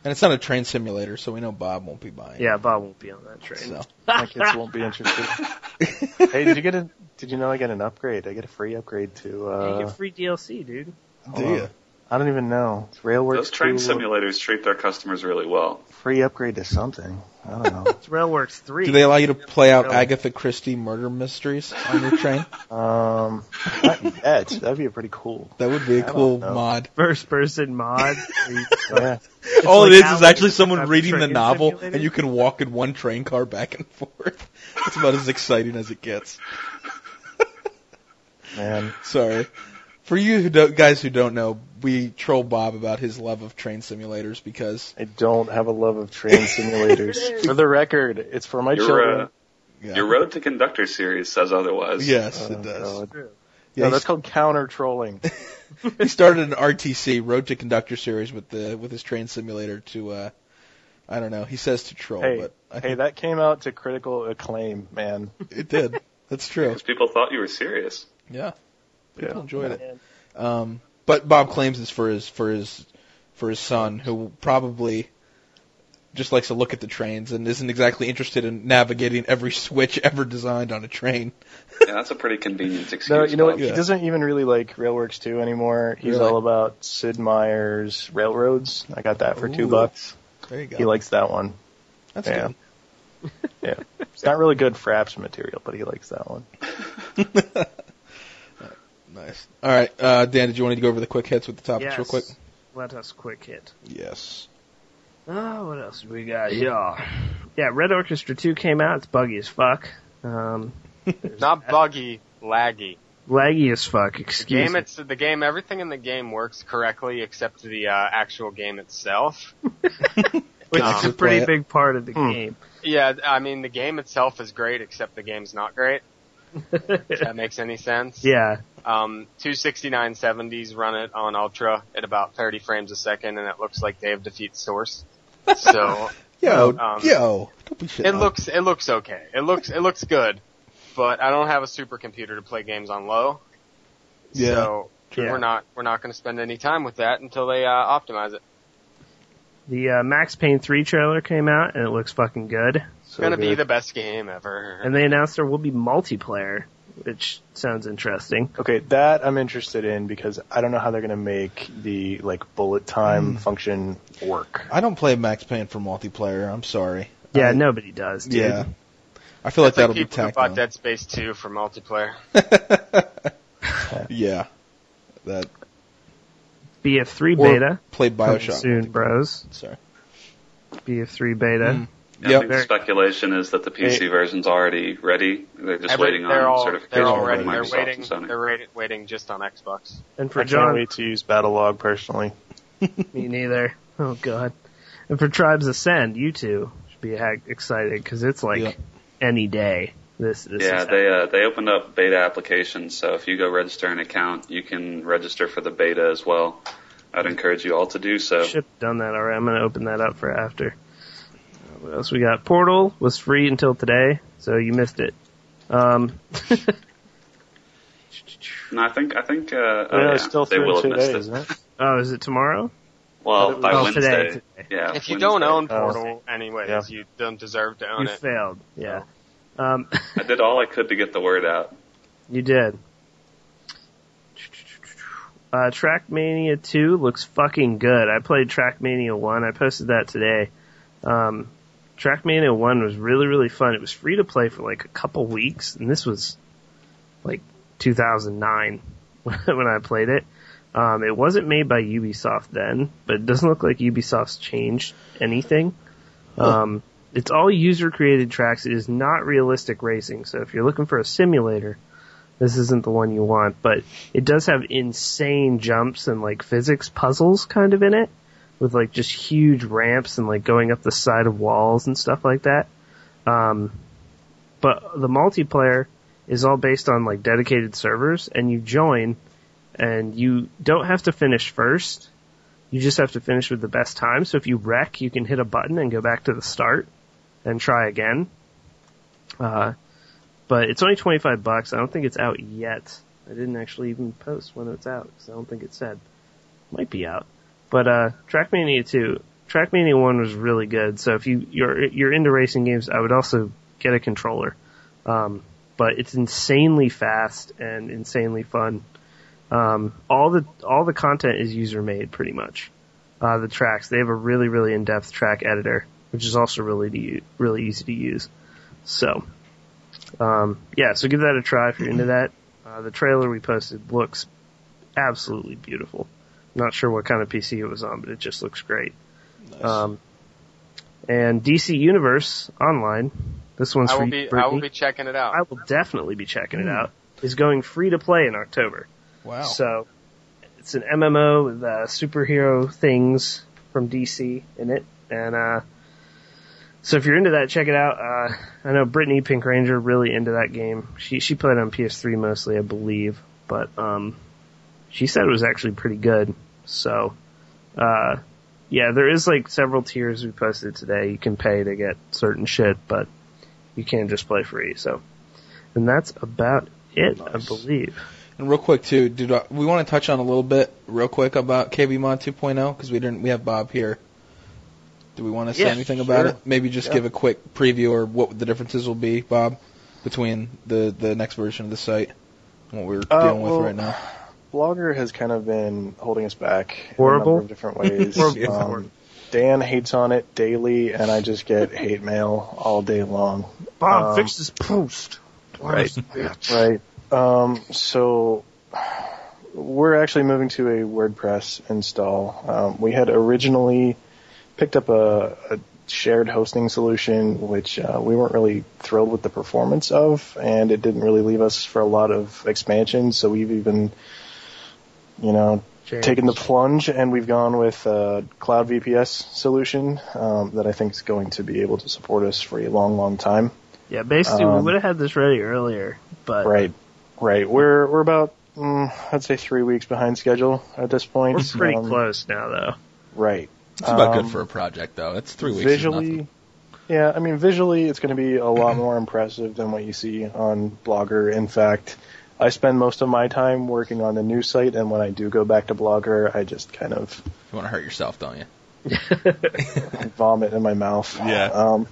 B: And it's not a train simulator, so we know Bob won't be buying. it,
C: yeah, Bob won't be on that train.
B: So
E: My kids won't be interested. hey, did you get a? Did you know I get an upgrade? I get a free upgrade to.
C: Yeah, you
E: Uh,
C: get free DLC, dude.
B: Oh,
E: hold on. I don't even know. It's Railworks
D: Those train
E: 2,
D: simulators treat their customers really well.
E: free upgrade to something. I don't know.
C: It's Railworks 3.
B: Do they allow you to play out Agatha Christie murder mysteries on your train?
E: Um, not yet. That'd be a pretty cool.
B: That would be a
E: I don't
B: cool
E: know.
B: mod.
C: First person mod.
E: Yeah.
B: All
C: like
B: it is
C: how
B: is
C: we
B: actually
C: just
B: someone
C: have
B: reading the
C: train
B: novel,
C: simulators.
B: and you can walk in one train car back and forth. It's about as exciting as it gets.
E: Man,
B: Sorry. For you who don't, guys who don't know, we troll Bob about his love of train simulators because
E: I don't have a love of train simulators. for the record, it's for my
D: Your,
E: children.
D: uh, your Road to Conductor series says otherwise.
B: yes,
E: Oh,
B: it does.
E: God.
B: Yeah,
E: no,
B: he
E: that's called counter trolling.
B: he started an RTC Road to Conductor series with the with his train simulator to uh I don't know. He says to troll,
E: Hey,
B: but I
E: hey,
B: think
E: that came out to critical acclaim, man.
B: it did. That's true.
D: Because people thought you were serious.
B: Yeah, people enjoyed it.
C: Man.
B: Um, but Bob claims it's for his for his for his son, who probably just likes to look at the trains and isn't exactly interested in navigating every switch ever designed on a train.
D: Yeah, that's a pretty convenient excuse.
E: No, you know what?
D: Bob.
E: He
B: Yeah.
E: doesn't even really like Railworks 2 anymore. He's
B: Really?
E: all about Sid Meier's Railroads. I got that for
B: Ooh.
E: two bucks.
B: There you go.
E: He likes that one.
B: That's
E: yeah.
B: good.
E: Yeah. It's not really good Fraps material, but he likes that one.
B: Nice. All right, uh, Dan, did you want to go over the quick hits with the topics
C: Yes.
B: real quick?
C: Let us quick hit.
B: Yes.
C: Oh, what else do we got here? Yeah, Red Orchestra 2 came out. It's buggy as fuck. Um,
F: Not buggy, laggy.
C: laggy as fuck,
F: The
C: excuse
F: game,
C: me.
F: it's the game. Everything in the game works correctly except the uh, actual game itself.
C: Which
F: um,
C: is a pretty
B: Play it.
C: big part of the
E: Hmm.
C: game.
F: Yeah, I mean the game itself is great except the game's not great. if that makes any sense.
C: Yeah.
F: Um, two sixty nine seventies run it on ultra at about thirty frames a second, and it looks like they have defeat source. So
B: Yo,
F: Um,
B: yo, don't be shit.
F: it looks it looks okay. It looks it looks good, but I don't have a supercomputer to play games on low.
B: Uh, Yeah,
F: so
C: true.
F: we're not we're not going to spend any time with that until they uh, optimize it.
C: The uh, Max Payne 3 trailer came out, and it looks fucking good.
F: It's going to be the best game ever.
C: And they announced there will be multiplayer, which sounds interesting.
E: Okay, that I'm interested in because I don't know how they're going to make the like bullet
B: Mm.
E: time function work.
B: I don't play Max Payne for multiplayer. I'm sorry.
C: Yeah,
B: I-
C: nobody does, dude.
B: Um, Yeah. I feel like
F: It's like
B: that'll be
F: people who
B: tacked
F: bought
B: on.
F: Dead Space 2 for multiplayer.
B: Yeah. That
C: BF3
B: or
C: beta.
B: play
C: coming
B: BioShock.
C: Soon, bros.
B: Sorry.
C: BF3 beta.
B: Hmm.
D: Yeah, I
B: Yep.
D: think the speculation is that the PC version's already ready. They're just
F: Every-
D: waiting
F: they're
D: on
F: all,
D: certification
F: they're
D: from
F: all ready. They're
D: Microsoft
F: waiting.
D: and Sony.
F: They're waiting, waiting just on Xbox.
C: And for
E: I
C: John,
E: can't wait to use Battlelog personally.
C: Me neither. Oh god. And for Tribes Ascend, you two should be ha- excited because it's like
B: Yeah.
C: any day. This, this
D: Yeah,
C: is
D: they uh, they opened up beta applications, so if you go register an account, you can register for the beta as well. I'd encourage you all to do so.
C: should have done that already. I'm gonna open that up for after. Uh, What else we got? Portal was free until today, so you missed it. Um,
D: No, I think I think uh, oh,
E: yeah,
D: yeah,
E: it's still
D: they
E: through
D: will have
E: today,
D: missed it.
E: isn't it?
C: oh, is it tomorrow?
D: Well, by
C: Oh, today,
D: Wednesday.
C: today.
D: Yeah.
F: If you
D: Wednesday.
F: don't own
E: Oh.
F: Portal, anyways,
E: Yeah.
F: you don't deserve to
C: You
F: own it.
C: failed. Yeah.
D: Oh.
C: Um,
D: I did all I could to get the word out.
C: you did. Uh, Trackmania 2 looks fucking good. I played Trackmania 1. I posted that today. Um, Trackmania 1 was really, really fun. It was free to play for like a couple weeks, and this was like 2009 when I played it. Um, it wasn't made by Ubisoft then, but it doesn't look like Ubisoft's changed anything. Um, it's all user created tracks. It is not realistic racing, so if you're looking for a simulator, this isn't the one you want, but it does have insane jumps and like physics puzzles kind of in it with like just huge ramps and like going up the side of walls and stuff like that. Um, but the multiplayer is all based on like dedicated servers and you join and you don't have to finish first. You just have to finish with the best time. So if you wreck, you can hit a button and go back to the start and try again. Uh, but it's only 25 bucks. I don't think it's out yet. I didn't actually even post when it's out because I don't think it said. Might be out. But uh, Trackmania 2, Trackmania 1 was really good. So if you you're you're into racing games, I would also get a controller. Um, but it's insanely fast and insanely fun. Um, all the all the content is user made pretty much. Uh, the tracks they have a really really in depth track editor which is also really to u- really easy to use. So, um, yeah, so give that a try if you're into that. Uh, the trailer we posted looks absolutely beautiful. Not sure what kind of PC it was on, but it just looks great. Um, and DC Universe Online. This one's
F: I
C: for
F: will
C: you,
F: be I
C: Brittany.
F: will be checking it out.
C: I will definitely be checking it out. Is going free to play in October.
B: Wow.
C: So it's an MMO with uh, superhero things from DC in it, and uh, so if you're into that, check it out. Uh, I know Brittany Pink Ranger really into that game. She she played on PS3 mostly, I believe, but um, she said it was actually pretty good. So uh, yeah, there is like several tiers we posted today. You can pay to get certain shit, but you can just play free. So and that's about it, I believe.
B: And real quick too, dude, uh, we want to touch on a little bit real quick about KB Mod 2.0 because we didn't we have Bob here. Do we want to say
C: Yeah,
B: anything about
E: sure.
B: it? Maybe just
E: Yeah.
B: give a quick preview or what the differences will be, Bob, between the the next version of the site and what we're
E: Uh,
B: dealing
E: well,
B: with right now.
E: Blogger has kind of been holding us back
C: Horrible.
E: in a number of different ways.
C: Horrible.
E: Um, Dan hates on it daily, and I just get hate mail all day long.
C: Bob,
E: Um,
C: fix this post.
H: Right.
E: Right. Um, so we're actually moving to a WordPress install. Um, we had originally picked up a, a shared hosting solution, which uh, we weren't really thrilled with the performance of, and it didn't really leave us for a lot of expansion. So we've even, you know,
C: James.
E: taken the plunge and we've gone with a cloud VPS solution um, that I think is going to be able to support us for a long, long time.
C: Yeah, basically we
E: Um,
C: would have had this ready earlier, but
E: Right, right. We're we're about mm, I'd say three weeks behind schedule at this point.
C: we're pretty
E: Um,
C: close now though.
E: Right.
H: It's about
E: Um,
H: good for a project though. It's three weeks. Visually,
E: Visually, yeah. I mean, visually, it's going to be a lot more impressive than what you see on Blogger. In fact, I spend most of my time working on the new site, and when I do go back to Blogger, I just kind of
H: you want to hurt yourself, don't you?
E: vomit in my mouth.
H: Yeah.
E: Um,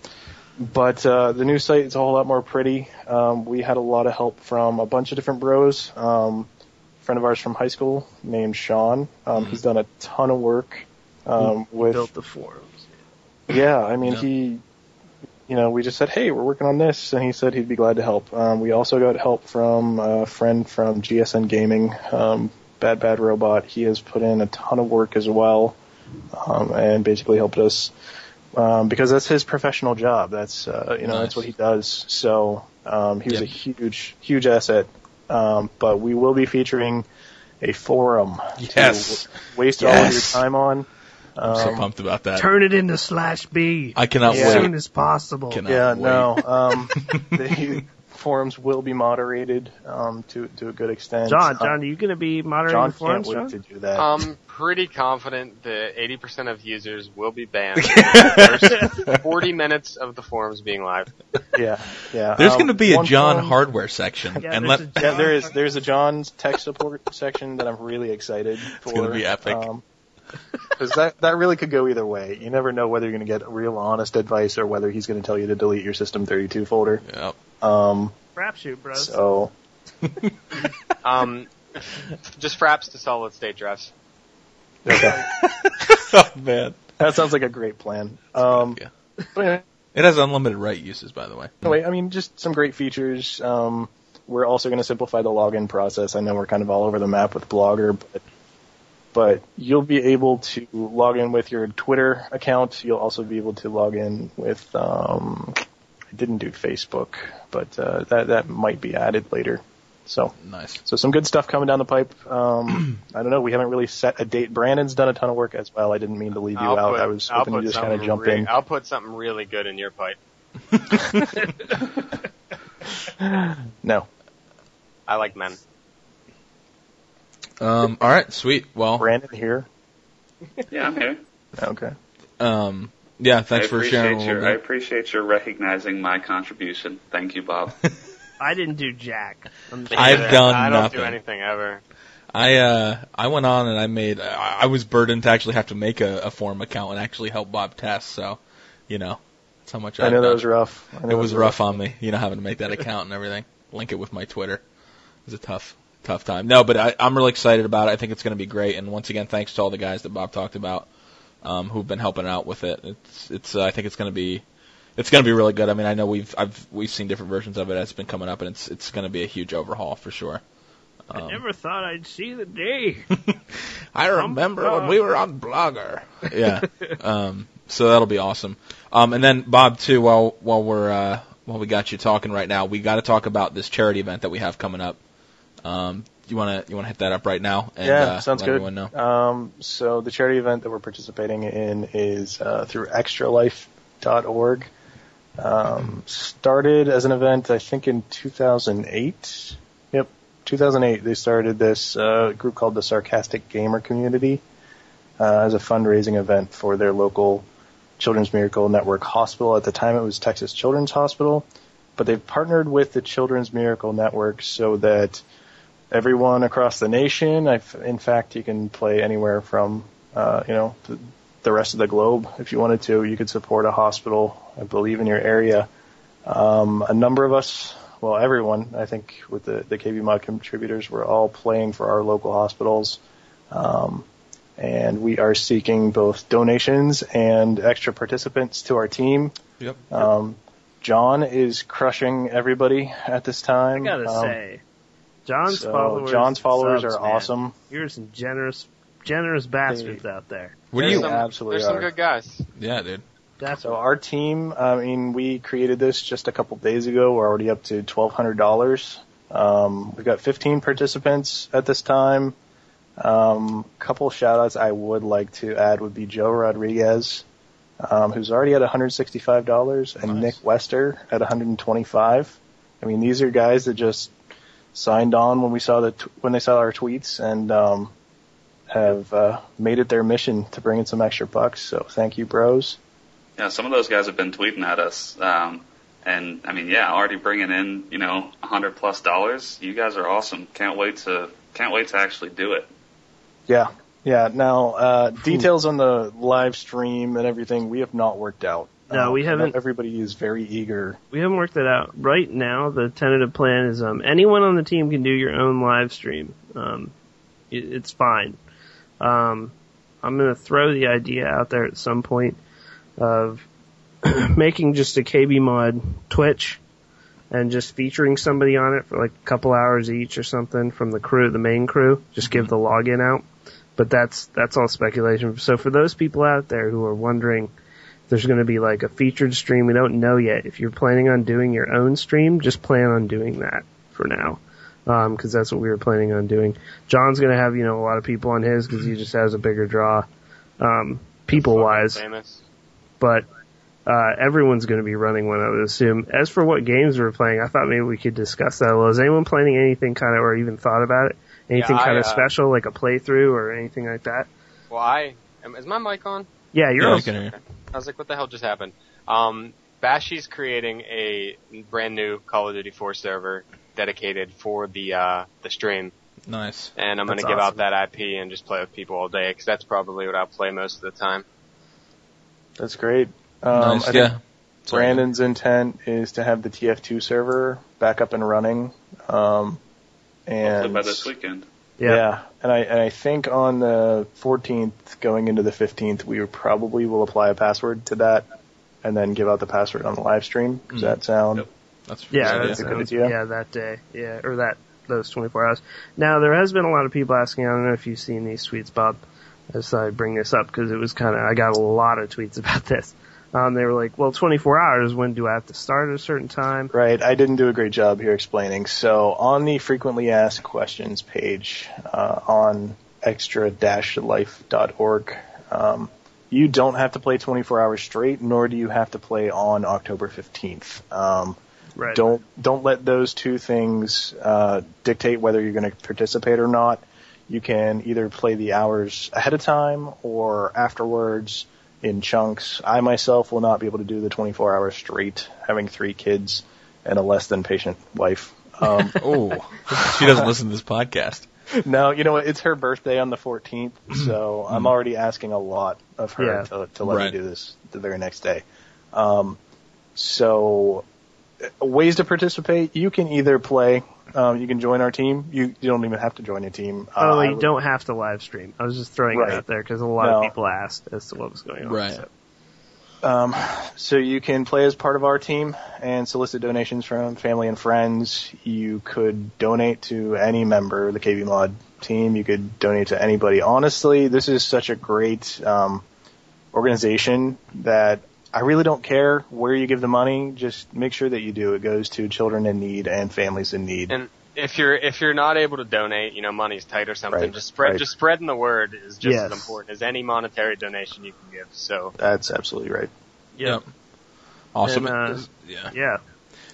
E: but uh, the new site is a whole lot more pretty. Um, we had a lot of help from a bunch of different bros. Um, a friend of ours from high school named Sean. Um, He's done a ton of work um, with.
C: Built the forums.
E: yeah, I mean
H: Yeah.
E: he. You know, we just said, "Hey, we're working on this," and he said he'd be glad to help. Um, we also got help from a friend from GSN Gaming, um, Bad Bad Robot. He has put in a ton of work as well, um, and basically helped us um, because that's his professional job. That's uh, you know
H: Nice.
E: that's what he does. So um, he was
H: Yeah.
E: a huge huge asset. Um, but we will be featuring a forum. to
H: Yes.
E: w- waste all of your
H: Yes.
E: time on.
H: I'm so pumped about that.
C: Turn it into slash B
H: I cannot
E: Yeah.
C: as soon
H: wait.
C: as possible.
H: Cannot
E: Yeah,
H: wait.
E: no. Um, the forums will be moderated um, to to a good extent.
C: John,
E: Um,
C: John, are you gonna be moderating
E: John
C: the forums,
E: can't wait
C: John?
E: to do that.
F: I'm pretty confident that 80% of users will be banned in the first 40 minutes of the forums being live.
E: yeah, yeah.
H: There's
E: Um,
H: going to be a
E: one
H: John
E: forum-
H: hardware section,
C: Yeah,
H: and let
C: there's a
E: Yeah, there is. There's a John's tech support section that I'm really excited for.
H: gonna be epic.
E: Because that that really could go either way. You never know whether you're going to get real honest advice or whether he's going to tell you to delete your system 32 folder.
H: Yep.
E: Um,
C: Crapshoot, bro.
E: so
F: Um, just fraps to solid state drives.
E: okay.
H: oh man,
E: that sounds like a great plan. Um,
H: Yeah.
E: but anyway,
H: it has unlimited write uses, by the way.
E: anyway, I mean, just some great features. Um, we're also going to simplify the login process. I know we're kind of all over the map with Blogger, but but you'll be able to log in with your Twitter account. You'll also be able to log in with um, I didn't do Facebook, but uh, that that might be added later. So
H: Nice.
E: so some good stuff coming down the pipe. Um, I don't know. We haven't really set a date. Brandon's done a ton of work as well. I didn't mean to leave you
F: I'll
E: out.
F: put-
E: I was
F: I'll
E: hoping
F: put
E: you just kind of
F: something
E: jump
F: re-
E: in.
F: I'll put something really good in your pipe.
E: No,
F: I like men.
H: Um, all right, sweet. Well,
E: Brandon here.
D: Yeah, I'm here.
E: Okay.
H: um, yeah, thanks
D: I
H: for
D: appreciate
H: sharing. A little
D: your, I
H: bit.
D: appreciate your recognizing my contribution. Thank you, Bob.
C: I didn't do jack. I'm just-
H: I've done
F: I don't
H: nothing.
F: do anything ever.
H: I uh I went on and I made I, I was burdened to actually have to make a, a forum account and actually help Bob test. So, you know, that's how much
E: I know
H: I've
E: that
H: done.
E: was rough. I know
H: It was rough on me, you know, having to make that account and everything. Link it with my Twitter. It was a tough, tough time. No, but I, I'm really excited about it. I think it's going to be great. And once again, thanks to all the guys that Bob talked about um, who've been helping out with it. It's it's uh, I think it's going to be it's going to be really good. I mean, I know we've I've we've seen different versions of it as it's been coming up, and it's it's going to be a huge overhaul for sure.
C: I never thought I'd see the day.
H: I remember when we were on Blogger. Yeah. um, so that'll be awesome. Um, and then Bob too, while while we're uh, while we got you talking right now, we got to talk about this charity event that we have coming up. Um, you wanna you wanna hit that up right now? And,
E: yeah,
H: uh,
E: sounds
H: let
E: good.
H: Everyone know.
E: Um, so the charity event that we're participating in is uh, through extralife.org. Um, started as an event, I think, in 2008. Yep, 2008. They started this uh, group called the Sarcastic Gamer Community uh, as a fundraising event for their local Children's Miracle Network hospital. At the time, it was Texas Children's Hospital, but they've partnered with the Children's Miracle Network so that everyone across the nation. I've, in fact, you can play anywhere from, uh, you know, the, the rest of the globe if you wanted to. You could support a hospital, I believe, in your area. Um, a number of us, well, everyone, I think, with the, the KB Mod contributors, we're all playing for our local hospitals. Um, and we are seeking both donations and extra participants to our team.
H: Yep.
E: Um, John is crushing everybody at this time.
C: I gotta
E: Um,
C: say, John's
E: so
C: followers,
E: John's
C: and
E: followers
C: subs,
E: are
C: man.
E: awesome.
C: You're some generous, generous bastards out there.
H: What do
E: There's
H: you?
E: some- absolutely
F: There's some
E: are.
F: good guys.
H: Yeah, dude.
C: That's
E: So our team, I mean, we created this just a couple days ago. We're already up to twelve hundred dollars. Um, we've got fifteen participants at this time. Um, couple shout outs I would like to add would be Joe Rodriguez, um, who's already at one hundred sixty five dollars, and
H: Nice.
E: Nick Wester at one hundred twenty five. I mean, these are guys that just signed on when we saw the t- when they saw our tweets and um, have uh, made it their mission to bring in some extra bucks. So thank you, bros.
D: Yeah, some of those guys have been tweeting at us. Um, and I mean, yeah, already bringing in, you know, a hundred plus dollars. You guys are awesome. Can't wait to, can't wait to actually do it.
E: Yeah. Yeah. Now, uh, details on the live stream and everything, we have not worked out.
C: No,
E: Uh,
C: we haven't.
E: Everybody is very eager.
C: we haven't worked that out. Right now, the tentative plan is um, anyone on the team can do your own live stream. Um, it, it's fine. Um, I'm going to throw the idea out there at some point of making just a KB mod Twitch and just featuring somebody on it for like a couple hours each or something from the crew, the main crew. Just give the login out. But that's that's all speculation. So for those people out there who are wondering there's going to be like a featured stream. We don't know yet. If you're planning on doing your own stream, just plan on doing that for now. Um, cause that's what we were planning on doing. John's going to have, you know, a lot of people on his cause he just has a bigger draw, um, people wise
F: Famous.
C: but uh, everyone's going to be running one, I would assume. As for what games we're playing, I thought maybe we could discuss that a little. Is anyone playing anything kind of, or even thought about it? Anything
F: Yeah, I,
C: kind
F: uh,
C: of special, like a playthrough or anything like that?
F: Well, I am, is my mic on?
C: Yeah, you're
H: Yeah,
C: on-
H: I can hear you.
F: I was like, what the hell just happened? Um, Bashy's creating a brand new Call of Duty 4 server dedicated for the uh, the stream,
H: Nice.
F: and I'm going to
C: That's
F: give
C: awesome.
F: out that IP and just play with people all day because that's probably what I'll play most of the time.
E: That's great. Um,
H: nice.
E: I think
H: yeah.
E: Brandon's intent is to have the TF2 server back up and running. Um,
D: Hopefully
E: and
D: by this weekend.
E: Yeah.
C: yeah.
E: and I and I think on the 14th, going into the 15th, we probably will apply a password to that, and then give out the password on the live stream. Does
H: Mm.
E: that sound?
H: Yep. That's
C: Yeah,
E: Yeah,
C: that's
E: yeah.
C: a good
E: Yeah.
C: idea. Yeah, that day. Yeah, or that those 24 hours. Now there has been a lot of people asking. I don't know if you've seen these tweets, Bob. I just thought I'd bring this up because it was kind of I got a lot of tweets about this. Um, they were like, "Well, 24 hours. When do I have to start at a certain time?"
E: Right. I didn't do a great job here explaining. So on the frequently asked questions page uh, on extra-life.org, um, you don't have to play 24 hours straight, nor do you have to play on October 15th. Um,
C: Right.
E: Don't don't let those two things uh, dictate whether you're going to participate or not. You can either play the hours ahead of time or afterwards in chunks. I myself will not be able to do the 24 hours straight, having three kids and a less than patient wife. Um,
H: Oh, she doesn't listen to this podcast.
E: no, you know what? It's her birthday on the 14th, so I'm already asking a lot of her
C: Mm-hmm. Yeah.
E: to, to let
H: Right.
E: me do this the very next day. Um, so uh, ways to participate, you can either play Um, you can join our team. You you don't even have to join a team. Uh,
C: Oh,
E: I
C: you
E: would-
C: don't have to live stream. I was just throwing
E: Right.
C: it out there because a lot
E: No.
C: of people asked as to what was going on.
B: Right.
C: so.
E: Um, so you can play as part of our team and solicit donations from family and friends. You could donate to any member of the KV Mod team. You could donate to anybody. Honestly, this is such a great um, organization that I really don't care where you give the money. Just make sure that you do. It goes to children in need and families in need.
F: And if you're if you're not able to donate, you know, money's tight or something,
E: Right,
F: just spread
E: right.
F: just spreading the word is just
C: Yes.
F: as important as any monetary donation you can give. So
E: That's absolutely right.
B: Yep. Awesome.
C: And, uh,
B: yeah.
C: Yeah.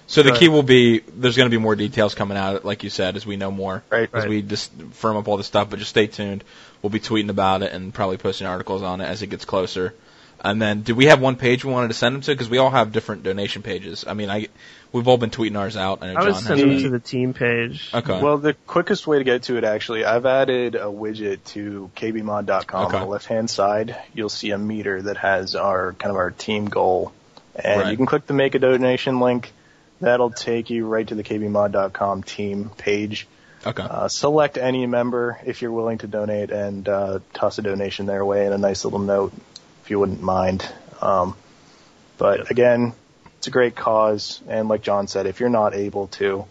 B: So the
C: Right.
B: key will be there's going to be more details coming out, like you said, as we know more,
E: Right.
B: as we just firm up all the stuff. But just stay tuned. We'll be tweeting about it and probably posting articles on it as it gets closer. And then, do we have one page we wanted to send them to? Because we all have different donation pages. I mean, I we've all been tweeting ours out. I know
C: I
B: John
C: would
B: has
C: send them
B: that.
C: to the team page.
B: Okay.
E: Well, the quickest way to get to it, actually, I've added a widget to kbmod.com
B: Okay.
E: on the left-hand side. You'll see a meter that has our kind of our team goal, and
B: Right.
E: you can click the make a donation link. That'll take you right to the kbmod.com team page.
B: okay.
E: Uh, select any member if you're willing to donate, and uh, toss a donation their way and a nice little note if you wouldn't mind. Um, but again, it's a great cause, and like John said, if you're not able to,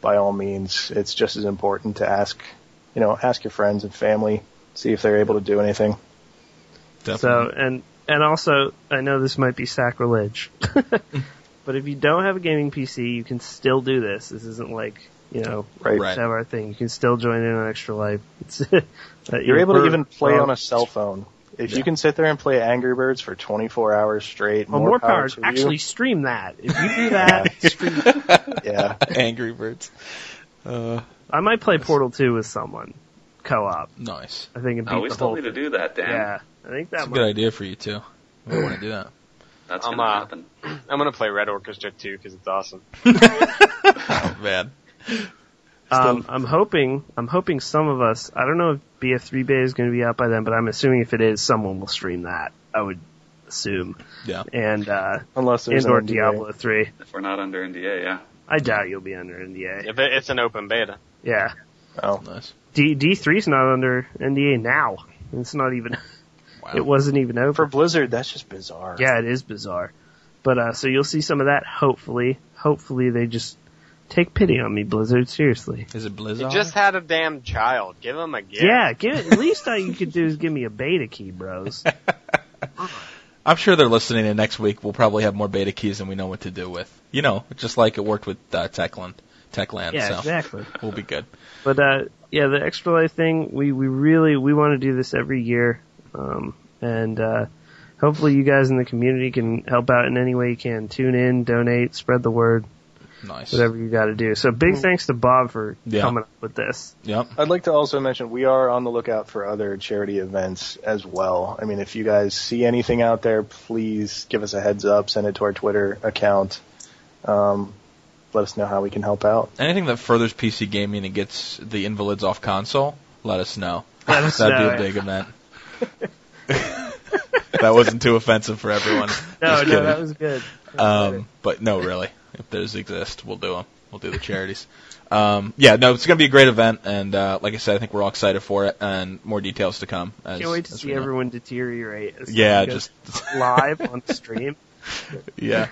E: by all means, it's just as important to ask, you know, ask your friends and family, see if they're able to do anything.
B: Definitely.
C: So and and also I know this might be sacrilege, but if you don't have a gaming PC, you can still do this. This isn't like you know
E: Right.
B: Right.
C: have our thing. You can still join in on Extra Life. It's, uh,
E: You're able to
C: we're-
E: even play
C: we're all-
E: on a cell phone. If
B: Yeah.
E: you can sit there and play Angry Birds for 24 hours straight,
C: Well, more power.
E: to you.
C: Actually, stream that. If you do that,
E: yeah,
B: Angry Birds. Uh,
C: I might play Portal Two with someone, co-op.
B: nice.
C: I think and beat
D: Oh, we
C: the
D: still
C: whole
D: need to
C: thing.
D: do that, Dan.
C: Yeah, I think that
B: That's a
C: might.
B: good idea for you too. We want to do that.
D: That's
F: I'm,
D: gonna
F: uh,
D: happen.
F: I'm gonna play Red Orchestra too because it's awesome.
B: Oh man.
C: Um, I'm hoping. I'm hoping some of us. I don't know if BF3 Bay is going to be out by then, but I'm assuming if it is, someone will stream that. I would assume.
B: Yeah.
C: And uh,
E: unless there's
C: and or
E: an NDA.
C: Diablo 3.
D: If we're not under NDA, yeah.
C: I doubt you'll be under NDA.
F: If it, it's an open beta,
C: Yeah.
E: Oh.
B: Nice.
C: D D3's not under NDA now. It's not even.
B: Wow.
C: It wasn't even over.
E: For Blizzard, that's just bizarre.
C: Yeah, it is bizarre. But uh so you'll see some of that hopefully. Hopefully they just take pity on me, Blizzard, seriously.
B: Is it
F: you
B: Blizzard?
F: just had a damn child. Give him a gift.
C: Yeah, give at least all you could do is give me a beta key, bros.
B: I'm sure they're listening, and next week we'll probably have more beta keys than we know what to do with. You know, just like it worked with uh, Techland, Techland.
C: Yeah,
B: so
C: exactly.
B: we'll be good.
C: But uh yeah, the extra life thing, we we really we want to do this every year. Um and uh hopefully you guys in the community can help out in any way you can. Tune in, donate, spread the word.
B: Nice.
C: whatever you got to do. So big thanks to Bob for
B: Yeah.
C: coming up with this.
B: Yep.
E: I'd like to also mention we are on the lookout for other charity events as well. I mean, if you guys see anything out there, please give us a heads up, send it to our Twitter account. Um, let us know how we can help out.
B: Anything that furthers PC gaming and gets the invalids off console, let us know.
C: Let us
B: That'd
C: know.
B: be a big event. that wasn't too offensive for everyone.
C: No,
B: Just
C: no, that
B: kidding.
C: was good.
B: Um, but no, really, if those exist, we'll do them. We'll do the charities. Um, yeah, no, it's going to be a great event, and uh, like I said, I think we're all excited for it, and more details to come. As,
C: Can't wait to
B: as
C: see
B: we know.
C: everyone deteriorate. as
B: Yeah,
C: it goes
B: just
C: live on stream.
B: yeah.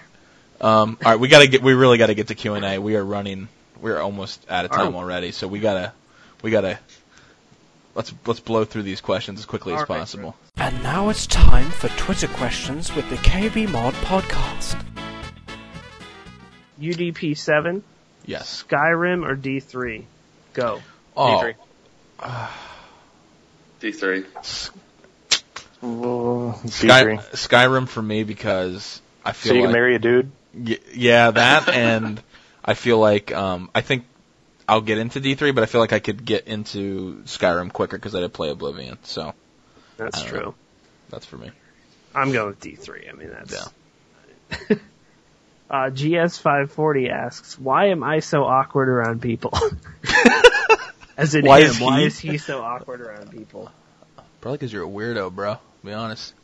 B: Um, all right, we got to get. We really got to get to Q and A. We are running. We're almost out of time
C: Are-
B: already, so we gotta. We gotta. Let's let's blow through these questions as quickly as
C: All right,
B: possible.
I: And now it's time for Twitter questions with the KB Mod Podcast.
C: UDP seven,
B: Yes.
C: Skyrim or D three? Go.
B: Oh,
F: D3.
D: D3.
B: Sky,
E: Sky-
B: Skyrim for me because I feel
E: so you
B: like
E: can marry a dude?
B: Y- yeah, that and I feel like um I think I'll get into D3, but I feel like I could get into Skyrim quicker because I did play Oblivion. So
C: That's
B: I don't
C: true.
B: know. that's for me.
C: I'm going with D three. I mean that's. uh, GS540 asks, why am I so awkward around people? As in
B: Why
C: him,
B: is
C: why
B: he-
C: is he so awkward around people?
B: Probably because you're a weirdo, bro. To be honest.